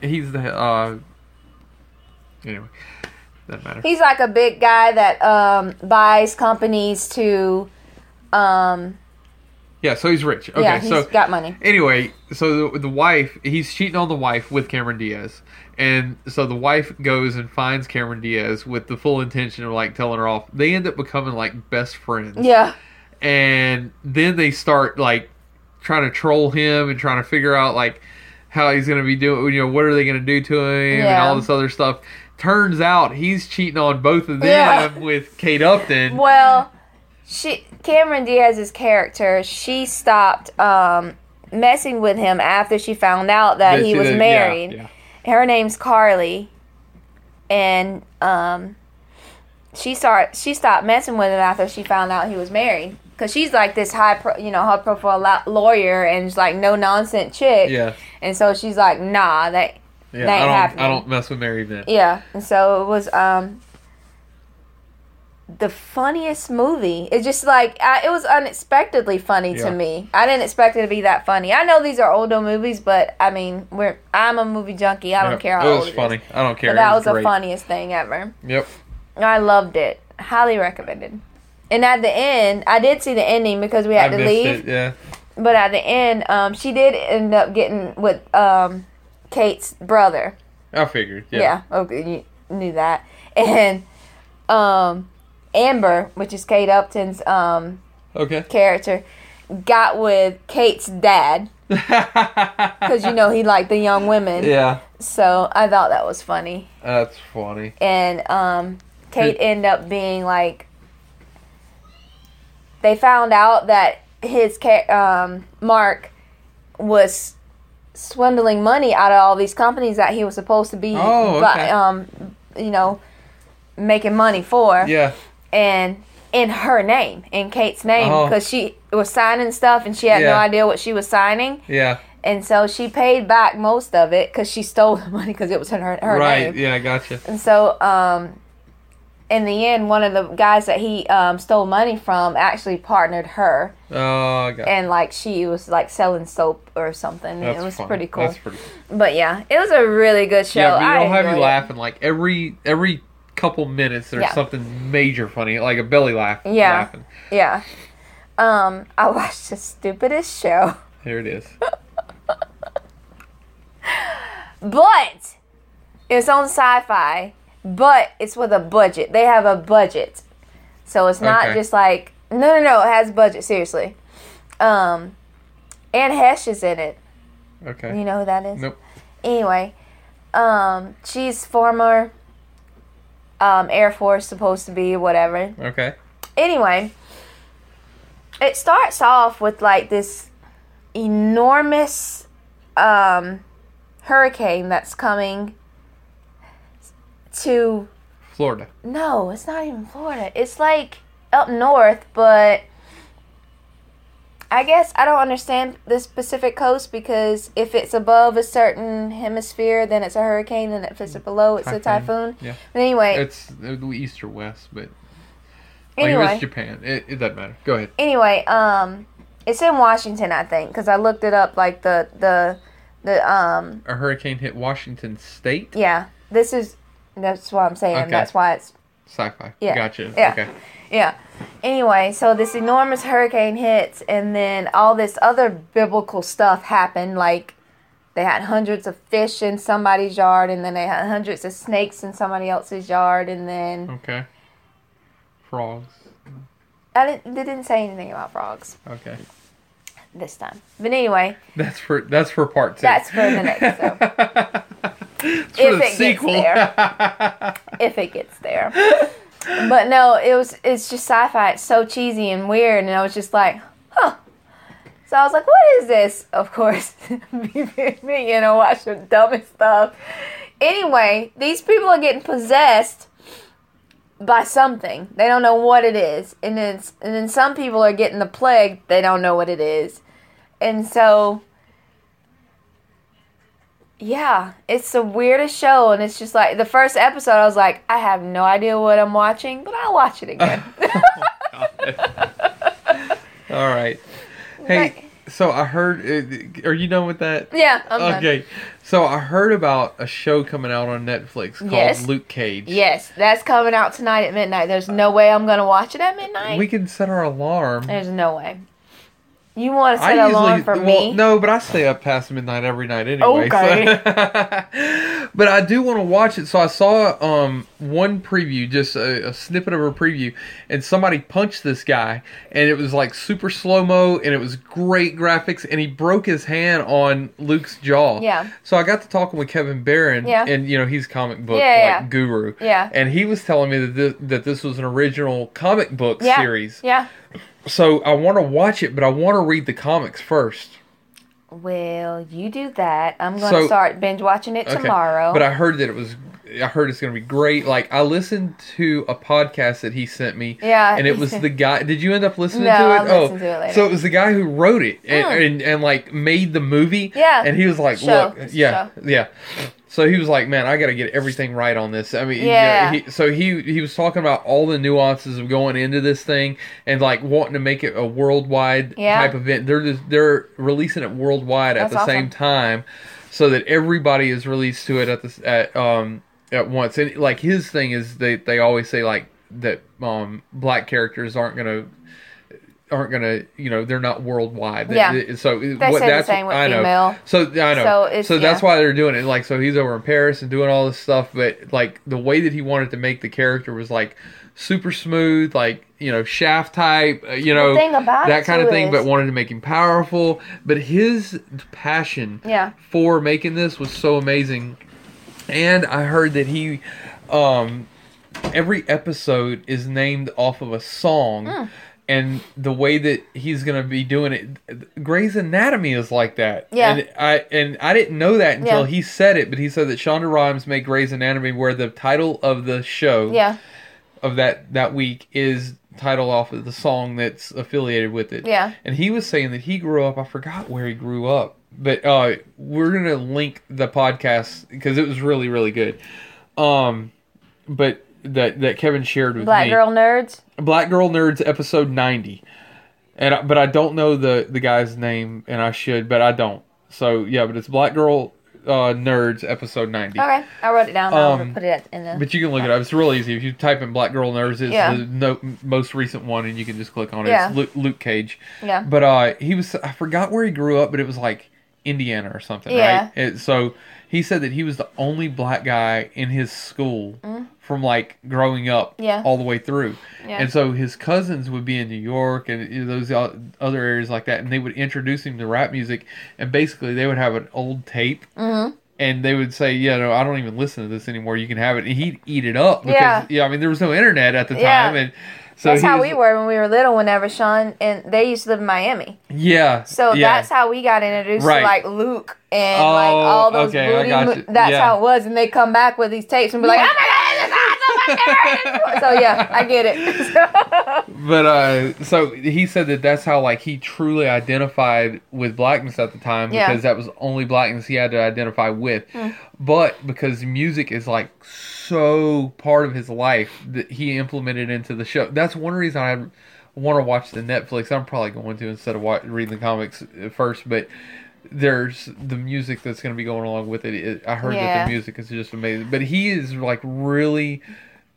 S2: he's the uh. Anyway, doesn't matter.
S1: he's like a big guy that um buys companies to um
S2: Yeah, so he's rich. Okay,
S1: yeah he's
S2: so
S1: got money
S2: anyway, so the, the wife, he's cheating on the wife with Cameron Diaz. And so the wife goes and finds Cameron Diaz with the full intention of like telling her off. They end up becoming like best friends.
S1: yeah
S2: And then they start like trying to troll him and trying to figure out like how he's going to be doing, you know, what are they going to do to him and
S1: Yeah.
S2: all this other stuff. Turns out he's cheating on both of them
S1: Yeah.
S2: with Kate Upton.
S1: Well, she Cameron Diaz's character, she stopped um, messing with him after she found out that,
S2: That
S1: he
S2: she-
S1: was
S2: that- yeah,
S1: married.
S2: yeah.
S1: Her name's Carly, and um, she start she stopped messing with him after she found out he was married. Cause she's like this high, pro, you know, high profile la- lawyer and she's like no nonsense chick.
S2: Yeah.
S1: And so she's like, nah, that That
S2: Yeah,
S1: ain't
S2: I don't,
S1: happening.
S2: I don't mess with married men.
S1: yeah, and so it was um the funniest movie. It's just like I, it was unexpectedly funny
S2: Yeah.
S1: to me. I didn't expect it to be that funny. I know these are older movies, but I mean, we're I'm a movie junkie. I don't care how
S2: It
S1: old
S2: was
S1: it is.
S2: funny. I don't care.
S1: But
S2: It
S1: that was the
S2: great.
S1: funniest thing ever.
S2: Yep.
S1: I loved it. Highly recommended. And at the end, I did see the ending because we
S2: I
S1: had to
S2: missed
S1: leave.
S2: it. Yeah.
S1: But at the end, um, she did end up getting with um, Kate's brother.
S2: I figured. Yeah.
S1: Yeah. Okay, you knew that. And um, Amber, which is Kate Upton's um,
S2: Okay.
S1: character, got with Kate's dad because you know he liked the young women.
S2: Yeah.
S1: So I thought that was funny.
S2: That's funny.
S1: And um, Kate
S2: Who-
S1: ended up being like, they found out that his ca- um, Mark was swindling money out of all these companies that he was supposed to be,
S2: Oh,
S1: bu-
S2: okay.
S1: um, you know, making money for
S2: Yeah.
S1: and in her name, in Kate's name,
S2: Oh.
S1: because she was signing stuff and she had no
S2: Yeah.
S1: idea what she was signing,
S2: Yeah.
S1: and so she paid back most of it because she stole the money because it was in her her
S2: right.
S1: name.
S2: Yeah. Gotcha. Oh,
S1: And so, um, in the end, one of the guys that he um, stole money from actually partnered her,
S2: Oh, God.
S1: and like she was like selling soap or something.
S2: That's
S1: it was
S2: funny.
S1: pretty cool.
S2: That's pretty. Cool.
S1: But yeah, it was a really good show.
S2: yeah, but
S1: I
S2: it'll have you
S1: enjoyed it.
S2: laughing like every every couple minutes. There's
S1: Yeah.
S2: something major funny, like a belly laugh.
S1: Yeah.
S2: Laughing.
S1: Yeah. Um, I watched the stupidest show.
S2: Here it is.
S1: But it's on sci-fi, but it's with a budget. They have a budget. So it's not
S2: Okay.
S1: just like no no no, it has budget, seriously. Um Anne Hesh is in it.
S2: Okay.
S1: You know who that is?
S2: Nope.
S1: Anyway, um she's former um Air Force supposed to be whatever.
S2: Okay.
S1: Anyway, it starts off with like this enormous um, hurricane that's coming to
S2: Florida.
S1: no, it's not even Florida. It's like up north, but I guess I don't understand this Pacific coast because if it's above a certain hemisphere, then it's a hurricane, and if it's below, it's a
S2: Mm. Typhoon,
S1: typhoon.
S2: yeah.
S1: But anyway,
S2: It's uh, east or west, but like
S1: anyway,
S2: if it's Japan. It, it doesn't matter. Go ahead.
S1: anyway, um, it's in Washington, I think, because I looked it up. Like the the the um,
S2: A hurricane hit Washington State.
S1: yeah. This is that's what I'm saying.
S2: Okay.
S1: That's why it's
S2: Sci-fi.
S1: Yeah.
S2: Gotcha.
S1: Yeah.
S2: Okay.
S1: yeah. Anyway, so this enormous hurricane hits, and then all this other biblical stuff happened. Like they had hundreds of fish in somebody's yard, and then they had hundreds of snakes in somebody else's yard, and then
S2: Okay. Frogs.
S1: I didn't, they didn't say anything about frogs
S2: Okay.
S1: this time. But anyway,
S2: That's for that's for part two.
S1: That's for the next
S2: episode. it's for
S1: If
S2: the
S1: it gets
S2: sequel.
S1: if it gets there. but no, it was it's just sci-fi. It's so cheesy and weird, and I was just like, huh. So I was like, what is this? Of course, me you know, watch the dumbest stuff. Anyway, these people are getting possessed by something. They don't know what it is, and then s- and then some people are getting the plague. They don't know what it is, and so. Yeah, it's the weirdest show, and it's just like the first episode. I was like, I have no idea what I'm watching, but I'll watch it again.
S2: All right. Hey,
S1: Okay.
S2: so I heard. uh, Are you done with that?
S1: yeah, I'm done.
S2: Okay. So I heard about a show coming out on Netflix called
S1: Yes.
S2: Luke Cage.
S1: Yes, that's coming out tonight at midnight. There's no way I'm gonna watch it at midnight.
S2: We can set our alarm.
S1: There's no way. You want to set an alarm for
S2: well,
S1: me?
S2: No, but I stay up past midnight every night anyway. so- but I do want to watch it. So I saw um one preview, just a, a snippet of a preview, and somebody punched this guy, and it was like super slow mo, and it was great graphics, and he broke his hand on Luke's jaw.
S1: Yeah.
S2: So I got to talking with Kevin Barron,
S1: Yeah.
S2: and you know he's comic book
S1: Yeah, yeah.
S2: like guru.
S1: Yeah.
S2: And he was telling me that this, that this was an original comic book
S1: yeah.
S2: series.
S1: Yeah.
S2: So I want to watch it, but I want to read the comics first.
S1: Well, you do that. I'm gonna
S2: So-
S1: start binge watching it
S2: Okay.
S1: tomorrow.
S2: But I heard that it was. I heard it's going to be great. Like I listened to a podcast that he sent me.
S1: Yeah.
S2: And it was the guy. Did you end up listening
S1: No,
S2: to it? Oh,
S1: I'll listen to it later. Hmm.
S2: so it was the guy who wrote it and, and, and like made the movie.
S1: Yeah.
S2: And he was like,
S1: Show.
S2: look, yeah, yeah. So he was like, "Man, I got to get everything right on this." I mean, you know,
S1: Yeah.
S2: he, so he he was talking about all the nuances of going into this thing and like wanting to make it a worldwide
S1: Yeah.
S2: type event. They're just, they're releasing it worldwide at
S1: That's
S2: the same
S1: awesome.
S2: time, so that everybody is released to it at the at um at once. And like his thing is they they always say like that um black characters aren't gonna aren't gonna you know they're not worldwide. They-
S1: Yeah.
S2: they- So
S1: They say the same with
S2: I know.
S1: female.
S2: So I know. So,
S1: So it's-
S2: that's
S1: yeah.
S2: why they're doing it. Like, so he's over in Paris and doing all this stuff, but like the way that he wanted to make the character was like super smooth, like you know shaft type, uh, you know
S1: thing about
S2: that
S1: it,
S2: kind of
S1: too,
S2: thing.
S1: is-
S2: But wanted to make him powerful. But his passion
S1: Yeah.
S2: for making this was so amazing, and I heard that he. um every episode is named off of a song
S1: Hmm.
S2: and the way that he's going to be doing it Grey's Anatomy is like that.
S1: Yeah.
S2: And I and I didn't know that until
S1: Yeah.
S2: he said it, but he said that Shonda Rhimes made Grey's Anatomy where the title of the show
S1: Yeah.
S2: of that that week is title off of the song that's affiliated with it.
S1: Yeah.
S2: And he was saying that he grew up, I forgot where he grew up, but uh we're going to link the podcast because it was really really good. Um but that that Kevin shared with
S1: Black
S2: me.
S1: girl nerds.
S2: Black Girl Nerds episode 90. And I- but I don't know the the guy's name and I should, but I don't. So yeah, but it's Black Girl uh, Nerds episode 90.
S1: Okay, I wrote it down.
S2: Um,
S1: I'll put it in the.
S2: But you can look it up. It's real easy. If you type in Black Girl Nerds, it's
S1: Yeah.
S2: the no, most recent one, and you can just click on it.
S1: Yeah.
S2: It's Luke, Luke Cage.
S1: Yeah.
S2: But uh, he was, I forgot where he grew up, but it was like Indiana or something,
S1: Yeah.
S2: right? It, so he said that he was the only black guy in his school from like growing up
S1: Mm. Yeah.
S2: all the way through.
S1: Yeah.
S2: And so his cousins would be in New York and you know, those o- other areas like that, and they would introduce him to rap music, and basically they would have an old tape
S1: Mm-hmm.
S2: and they would say, "Yeah, no, I don't even listen to this anymore. You can have it." And he'd eat it up because yeah,
S1: Yeah.
S2: I mean there was no internet at the time,
S1: Yeah.
S2: and so
S1: that's
S2: he
S1: how
S2: was-
S1: we were when we were little. Whenever Sean and they used to live in Miami,
S2: Yeah,
S1: so
S2: yeah.
S1: that's how we got introduced
S2: Right.
S1: to like Luke and
S2: Oh,
S1: like all those
S2: okay, I
S1: booty.
S2: got
S1: mo-
S2: you.
S1: that's
S2: Yeah.
S1: how it was, and they come back with these tapes and be like, "Oh my god, this is awesome! I've never heard it before." So yeah, I get it.
S2: But uh, so he said that that's how like he truly identified with blackness at the time
S1: Yeah. Hmm.
S2: because that was the only blackness he had to identify with. But because music is like so part of his life that he implemented into the show. That's one reason I want to watch the Netflix. I'm probably going to instead of wa- reading the comics uh, first, but. There's the music that's going to be going along with it. it I heard that
S1: Yeah.
S2: the music is just amazing, but he is like really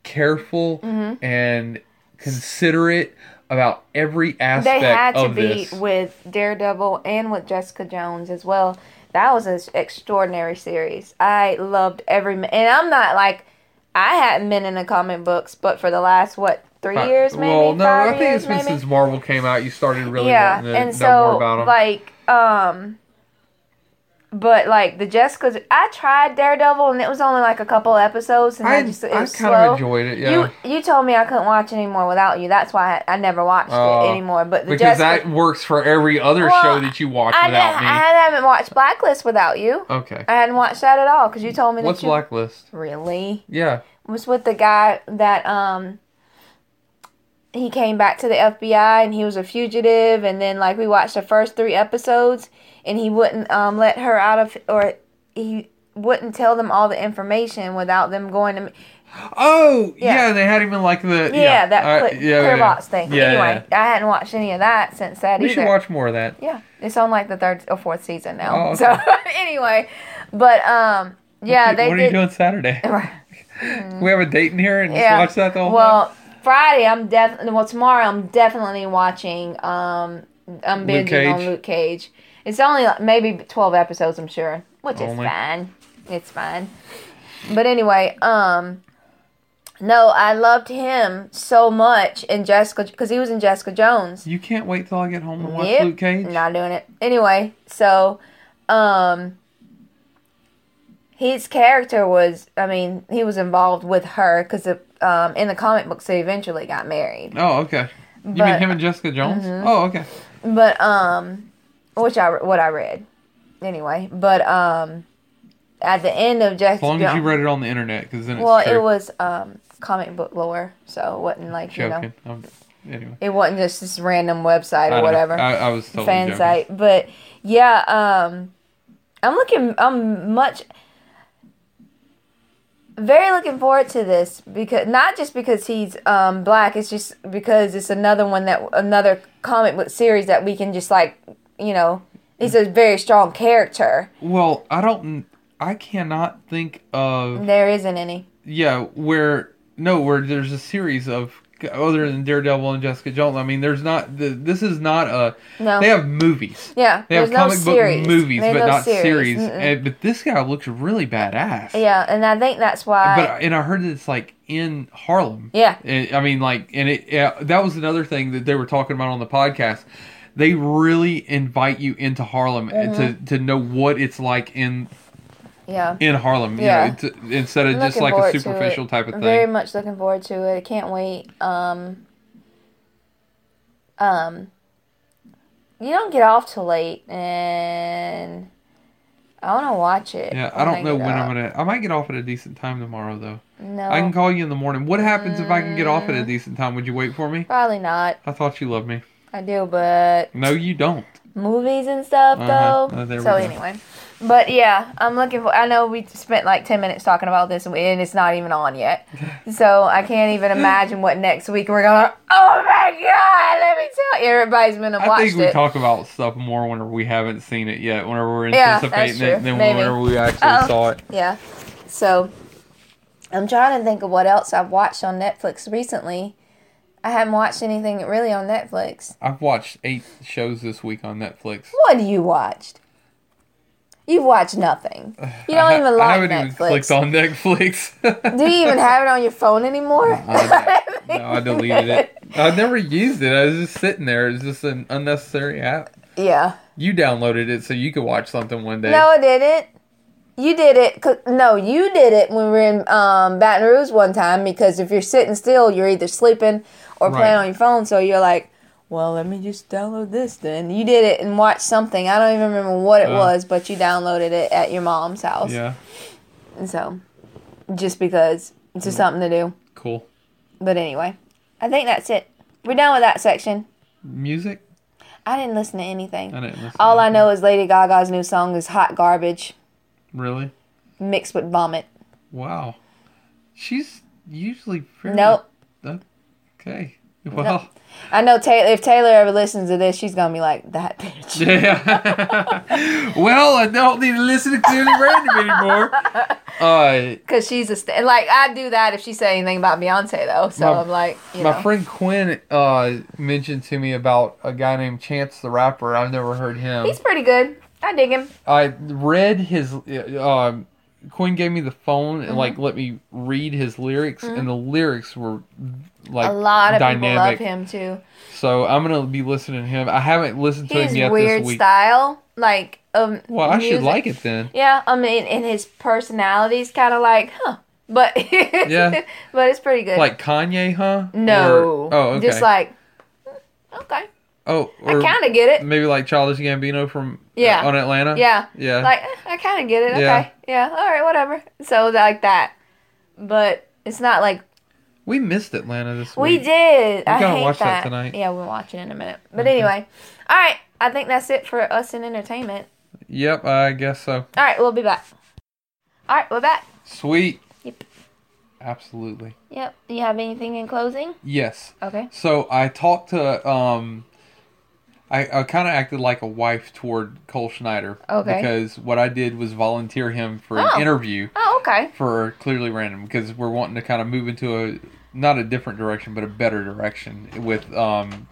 S2: careful
S1: Mm-hmm.
S2: and considerate about every
S1: they
S2: aspect
S1: had to
S2: of
S1: be
S2: this.
S1: with Daredevil and with Jessica Jones as well. That was an extraordinary series. I loved every minute, and I'm not like I hadn't been in the comic books, but for the last what three
S2: Fi-
S1: years, maybe
S2: Uh, Well, no,
S1: five
S2: I think
S1: years,
S2: it's been
S1: maybe.
S2: since Marvel came out, you started really
S1: yeah,
S2: wanting to
S1: and
S2: know
S1: so
S2: more about them.
S1: like um, but like the Jessica's, I tried Daredevil, and it was only like a couple episodes, and I,
S2: I,
S1: just it
S2: I
S1: was
S2: kind
S1: slow.
S2: of enjoyed it, yeah.
S1: You you told me I couldn't watch anymore without you. That's why I, I never watched
S2: Oh,
S1: it anymore. But the
S2: because
S1: Jessica,
S2: that works for every other
S1: Well,
S2: show that you watch
S1: I,
S2: without
S1: didn't- I haven't watched Blacklist without you.
S2: me. Okay.
S1: I hadn't watched that at all because you told me
S2: What's
S1: that you
S2: Blacklist?
S1: really
S2: Yeah.
S1: It was with the guy that um he came back to the FBI and he was a fugitive and then like we watched the first three episodes and he wouldn't um let her out of or he wouldn't tell them all the information without them going to
S2: Oh, yeah.
S1: Yeah.
S2: they had him in like the
S1: yeah, that
S2: I-
S1: clear, clear box thing
S2: Yeah,
S1: anyway I hadn't watched any of that since that
S2: yeah. we
S1: either.
S2: should watch more of that.
S1: Yeah, it's on like the third or fourth season now.
S2: Oh, okay.
S1: So anyway, but um, yeah, they
S2: what are you
S1: did.
S2: doing Saturday? we have a date in here and
S1: yeah.
S2: just watch that the whole
S1: well, Friday I'm definitely. Well, tomorrow I'm definitely watching. Um, I'm
S2: Luke
S1: binging
S2: Cage.
S1: on Luke Cage. It's only like, maybe twelve episodes, I'm sure, which
S2: Only.
S1: is fine. It's fine. But anyway, um, no, I loved him so much in Jessica because he was in Jessica Jones.
S2: You can't wait till I get home and watch
S1: Yep,
S2: Luke Cage.
S1: Not doing it. Anyway, so um his character was I mean, he was involved with her cuz um in the comic books they eventually got married.
S2: Oh, okay. You mean
S1: But- mm-hmm.
S2: him and Jessica Jones? Oh, okay.
S1: But um which I what I read. Anyway, but um at the end of Jessica
S2: As long as you
S1: Jones-
S2: read it on the internet, because then it's
S1: Well,
S2: true.
S1: it was um comic book lore, so it wasn't like, you know.
S2: joking. Um, anyway,
S1: It wasn't just this random website or
S2: I know.
S1: whatever.
S2: I, I was totally
S1: fan
S2: joking.
S1: site. But yeah, um I'm looking I'm much very looking forward to this because not just because he's um, black, it's just because it's another one that another comic book series that we can just like, you know, he's a very strong character.
S2: Well, I don't. I cannot think of
S1: There isn't any.
S2: yeah where no where there's a series of other than Daredevil and Jessica Jones. I mean, there's not. th- This is not a.
S1: No.
S2: They have movies.
S1: yeah,
S2: They
S1: there's
S2: have
S1: no
S2: comic book
S1: series.
S2: movies,
S1: There's
S2: but
S1: no
S2: not series.
S1: Mm-mm.
S2: And, but this guy looks really badass.
S1: Yeah, and I think that's why.
S2: But and I heard that it's like in Harlem.
S1: Uh, yeah,
S2: And, I mean, like, and it yeah, that was another thing that they were talking about on the podcast. They really invite you into Harlem and
S1: Mm-hmm.
S2: to to know what it's like in
S1: yeah.
S2: in Harlem.
S1: Yeah.
S2: You know, to, instead of
S1: I'm
S2: just
S1: looking
S2: like
S1: forward
S2: a
S1: to it.
S2: superficial type of thing.
S1: Very much looking forward to it. I can't wait. Um, um, you don't get off till late, and I want to watch it.
S2: yeah, I don't know when I'm
S1: to.
S2: gonna. I might get off at a decent time tomorrow, though.
S1: No,
S2: I can call you in the morning. What happens if I can get off at
S1: Mm.
S2: a decent time? Would you wait for me?
S1: probably not.
S2: I thought you loved me.
S1: I do, but
S2: No, you don't.
S1: movies and stuff
S2: Uh-huh.
S1: though.
S2: Oh, there we
S1: so
S2: go.
S1: anyway, but yeah, I'm looking for. I know we spent like ten minutes talking about this, and we- and it's not even on yet. so I can't even imagine what next week we're gonna. Oh my god! Let me tell you, everybody's been and
S2: I
S1: watched
S2: think we
S1: it.
S2: talk about stuff more whenever we haven't seen it yet. Whenever we're
S1: Yeah, that's
S2: anticipating
S1: true.
S2: it, than
S1: Maybe.
S2: whenever we actually
S1: Uh-oh.
S2: saw it.
S1: yeah. So I'm trying to think of what else I've watched on Netflix recently. I haven't watched anything really on Netflix.
S2: I've watched eight shows this week on Netflix.
S1: What do you watched? You've watched nothing. You don't
S2: I ha-
S1: even
S2: I
S1: like
S2: haven't even
S1: Netflix.
S2: clicked on Netflix.
S1: Do you even have it on your phone anymore?
S2: no, I deleted it. I never used it. I was just sitting there. It's just an unnecessary app.
S1: yeah.
S2: You downloaded it so you could watch something one day.
S1: No, I didn't. You did it. 'cause- No, you did it when we were in um, Baton Rouge one time because if you're sitting still, you're either sleeping or playing
S2: Right.
S1: on your phone. So you're like, well, let me just download this then. You did it and watched something. I don't even remember what it
S2: Uh.
S1: was, but you downloaded it at your mom's house.
S2: Yeah,
S1: And so just because it's
S2: Mm.
S1: just something to do.
S2: cool.
S1: But anyway, I think that's it. We're done with that section.
S2: Music.
S1: I didn't listen to anything.
S2: I didn't listen.
S1: All
S2: to
S1: I
S2: it.
S1: know is Lady Gaga's new song is hot garbage
S2: Really?
S1: mixed with vomit.
S2: Wow. She's usually pretty.
S1: Nope.
S2: Okay. Well.
S1: I know Taylor. If Taylor ever listens to this, she's gonna be like that bitch.
S2: Yeah. well, I don't need to listen to Clearly Random anymore. Uh,
S1: Cause she's a st- like I do that if she said anything about Beyonce though. So
S2: My-
S1: I'm like, you
S2: My
S1: know,
S2: friend Quinn uh, mentioned to me about a guy named Chance the Rapper. I've never heard him.
S1: he's pretty good. I dig him.
S2: I read his. Uh, um, Quinn gave me the phone and
S1: Mm-hmm.
S2: like let me read his lyrics, and the lyrics were like
S1: A lot of people love
S2: dynamic.
S1: him too.
S2: So I'm gonna be listening to him. I haven't listened to
S1: His
S2: him yet
S1: weird
S2: this week.
S1: style, like um.
S2: Well, I should
S1: music-
S2: like it then.
S1: Yeah, I mean, and his personality's kind of like, huh? But
S2: Yeah.
S1: but it's pretty good.
S2: Like Kanye, huh?
S1: no,
S2: Or- oh, okay.
S1: just like mm, okay,
S2: oh,
S1: I kind of get it.
S2: maybe like Childish Gambino from uh,
S1: Yeah.
S2: on Atlanta.
S1: Yeah.
S2: Yeah.
S1: like eh, I kind of get it.
S2: Yeah.
S1: Okay, yeah, all right, whatever. So like that, but it's not like
S2: we missed Atlanta this
S1: we
S2: week.
S1: did. I
S2: gotta
S1: hate
S2: watch
S1: that.
S2: that tonight.
S1: Yeah, we'll watch it in a minute. But
S2: Okay.
S1: anyway, all right. I think that's it for us in entertainment.
S2: Yep, I guess so.
S1: All right, we'll be back. All right, we're back.
S2: Sweet.
S1: Yep.
S2: Absolutely.
S1: Yep. Do you have anything in closing?
S2: Yes.
S1: Okay.
S2: So I talked to um I, I kind of acted like a wife toward Cole Schneider
S1: Okay.
S2: because what I did was volunteer him for
S1: Oh.
S2: an interview
S1: Oh, okay.
S2: for Clearly Random because we're wanting to kind of move into a not a different direction but a better direction with um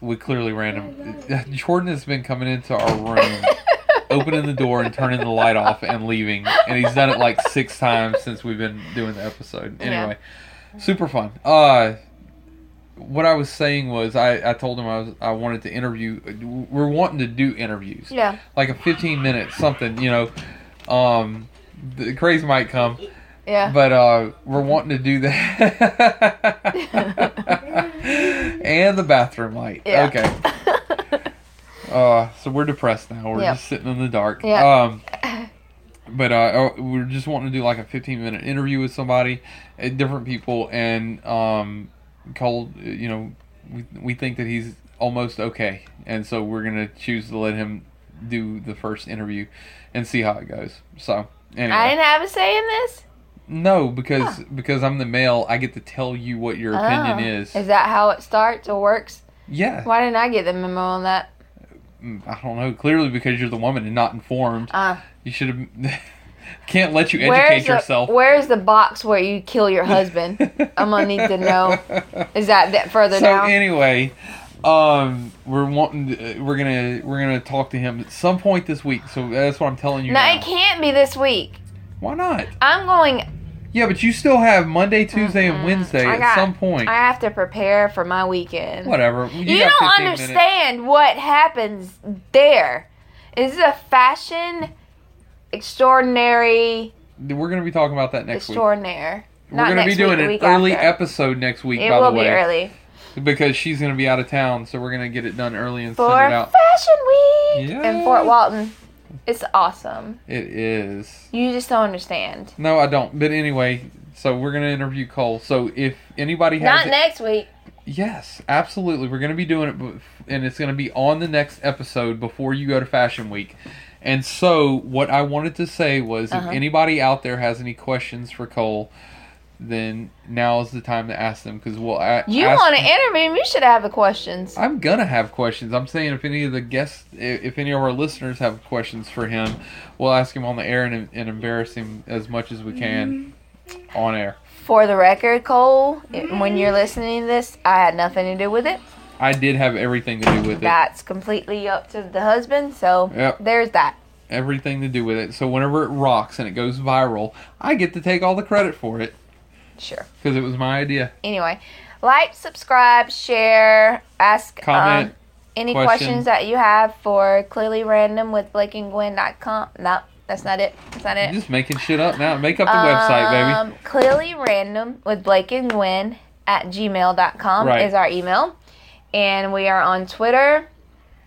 S2: with Clearly Random. Jordan has been coming into our room, opening the door and turning the light off and leaving, and he's done it like six times since we've been doing the episode. Anyway, super fun. Uh. What I was saying was, I, I told him I was I wanted to interview. We're wanting to do interviews
S1: Yeah.
S2: like a 15 minute something, you know. Um, the craze might come,
S1: Yeah.
S2: but uh, we're wanting to do that. and the bathroom light.
S1: Yeah.
S2: Okay. Uh, so we're depressed now. We're
S1: Yep.
S2: just sitting in the dark.
S1: Yeah.
S2: Um, but uh, uh, we're just wanting to do like a 15 minute interview with somebody, uh, different people, and um, Cole, uh, you know, we, we think that he's almost okay. And so we're going to choose to let him do the first interview and see how it goes. So, anyway.
S1: I didn't have a say in this.
S2: No, because because I'm the male, I get to tell you what your opinion is.
S1: Oh. Is that how it starts or works?
S2: yeah,
S1: Why didn't I get the memo on that?
S2: Mm, I don't know. Clearly, because you're the woman and not informed,
S1: Uh,
S2: you should have. can't let you educate yourself.
S1: The, where's the box where you kill your husband? I'm gonna need to know. Is that that further
S2: so
S1: down?
S2: anyway, um, we're wanting to, we're gonna we're gonna talk to him at some point this week. So that's what I'm telling you.
S1: no,
S2: now.
S1: it can't be this week.
S2: Why not?
S1: I'm going.
S2: Yeah, but you still have Monday, Tuesday, and Wednesday
S1: I
S2: at
S1: got-
S2: some point.
S1: I have to prepare for my weekend.
S2: Whatever.
S1: You,
S2: got
S1: don't
S2: 15 minutes.
S1: understand what happens there. Is a fashion extraordinary
S2: We're gonna be talking about that next week.
S1: extraordinaire?
S2: We're gonna be doing an early episode next week,
S1: It
S2: by
S1: will
S2: the way,
S1: be early
S2: because she's gonna be out of town, so we're gonna get it done early and
S1: for
S2: send it out.
S1: Fashion Week in
S2: Yay.
S1: Fort Walton. It's awesome.
S2: It is.
S1: You just don't understand.
S2: No, I don't. But anyway, so we're gonna interview Cole. So if anybody has
S1: Not
S2: it-
S1: next week.
S2: Yes, absolutely. We're going to be doing it, bef- and it's going to be on the next episode before you go to Fashion Week. And so, what I wanted to say was
S1: Uh-huh.
S2: if anybody out there has any questions for Cole, then now is the time to ask them because we'll a-
S1: You
S2: ask-
S1: want to interview him? You should have the questions.
S2: I'm gonna have questions. I'm saying if any of the guests, i- if any of our listeners have questions for him, we'll ask him on the air and, and embarrass him as much as we can
S1: Mm-hmm.
S2: on air.
S1: For the record, Cole, i- when you're listening to this, I had nothing to do with it.
S2: I did have everything to do with it.
S1: That's completely up to the husband. So
S2: Yep.
S1: there's that.
S2: everything to do with it. So whenever it rocks and it goes viral, I get to take all the credit for it
S1: Sure.
S2: because it was my idea.
S1: Anyway, like, subscribe, share, ask
S2: Comment,
S1: um, any
S2: question.
S1: questions that you have for clearly random with Blake and Gwen.com. No, that's not it. That's not it.
S2: I'm just making shit up now. Make up the website,
S1: Um, clearly random with Blake and Gwen at gmail.com
S2: Right.
S1: is our email. And we are on Twitter,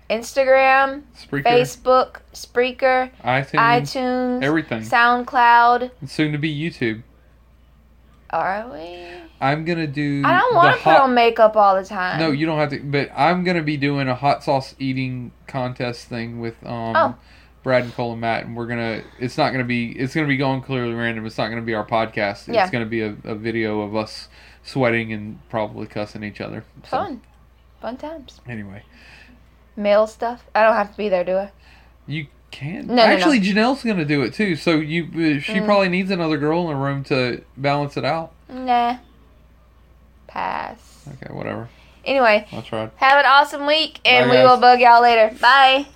S1: Instagram,
S2: baby. Spreaker,
S1: Facebook, Spreaker,
S2: iTunes,
S1: iTunes,
S2: everything.
S1: SoundCloud.
S2: and soon to be YouTube.
S1: Are we?
S2: I'm gonna do.
S1: I don't
S2: the
S1: want to put
S2: hot-
S1: on makeup all the time.
S2: No, you don't have to. But I'm gonna be doing a hot sauce eating contest thing with um,
S1: Oh.
S2: Brad and Cole and Matt, and we're gonna. It's not gonna be. It's gonna be going clearly random. It's not gonna be our podcast.
S1: Yeah.
S2: It's gonna be a, a video of us sweating and probably cussing each other. So,
S1: Fun. Fun times.
S2: Anyway.
S1: Mail stuff. I don't have to be there, do I?
S2: You can.
S1: No, no, no.
S2: Actually, Janelle's going to do it too. So you, uh, she
S1: Mm.
S2: probably needs another girl in the room to balance it out.
S1: Nah. Pass.
S2: Okay, whatever.
S1: Anyway,
S2: That's right.
S1: have an awesome week, and
S2: Bye,
S1: we
S2: guys.
S1: will bug y'all later. Bye.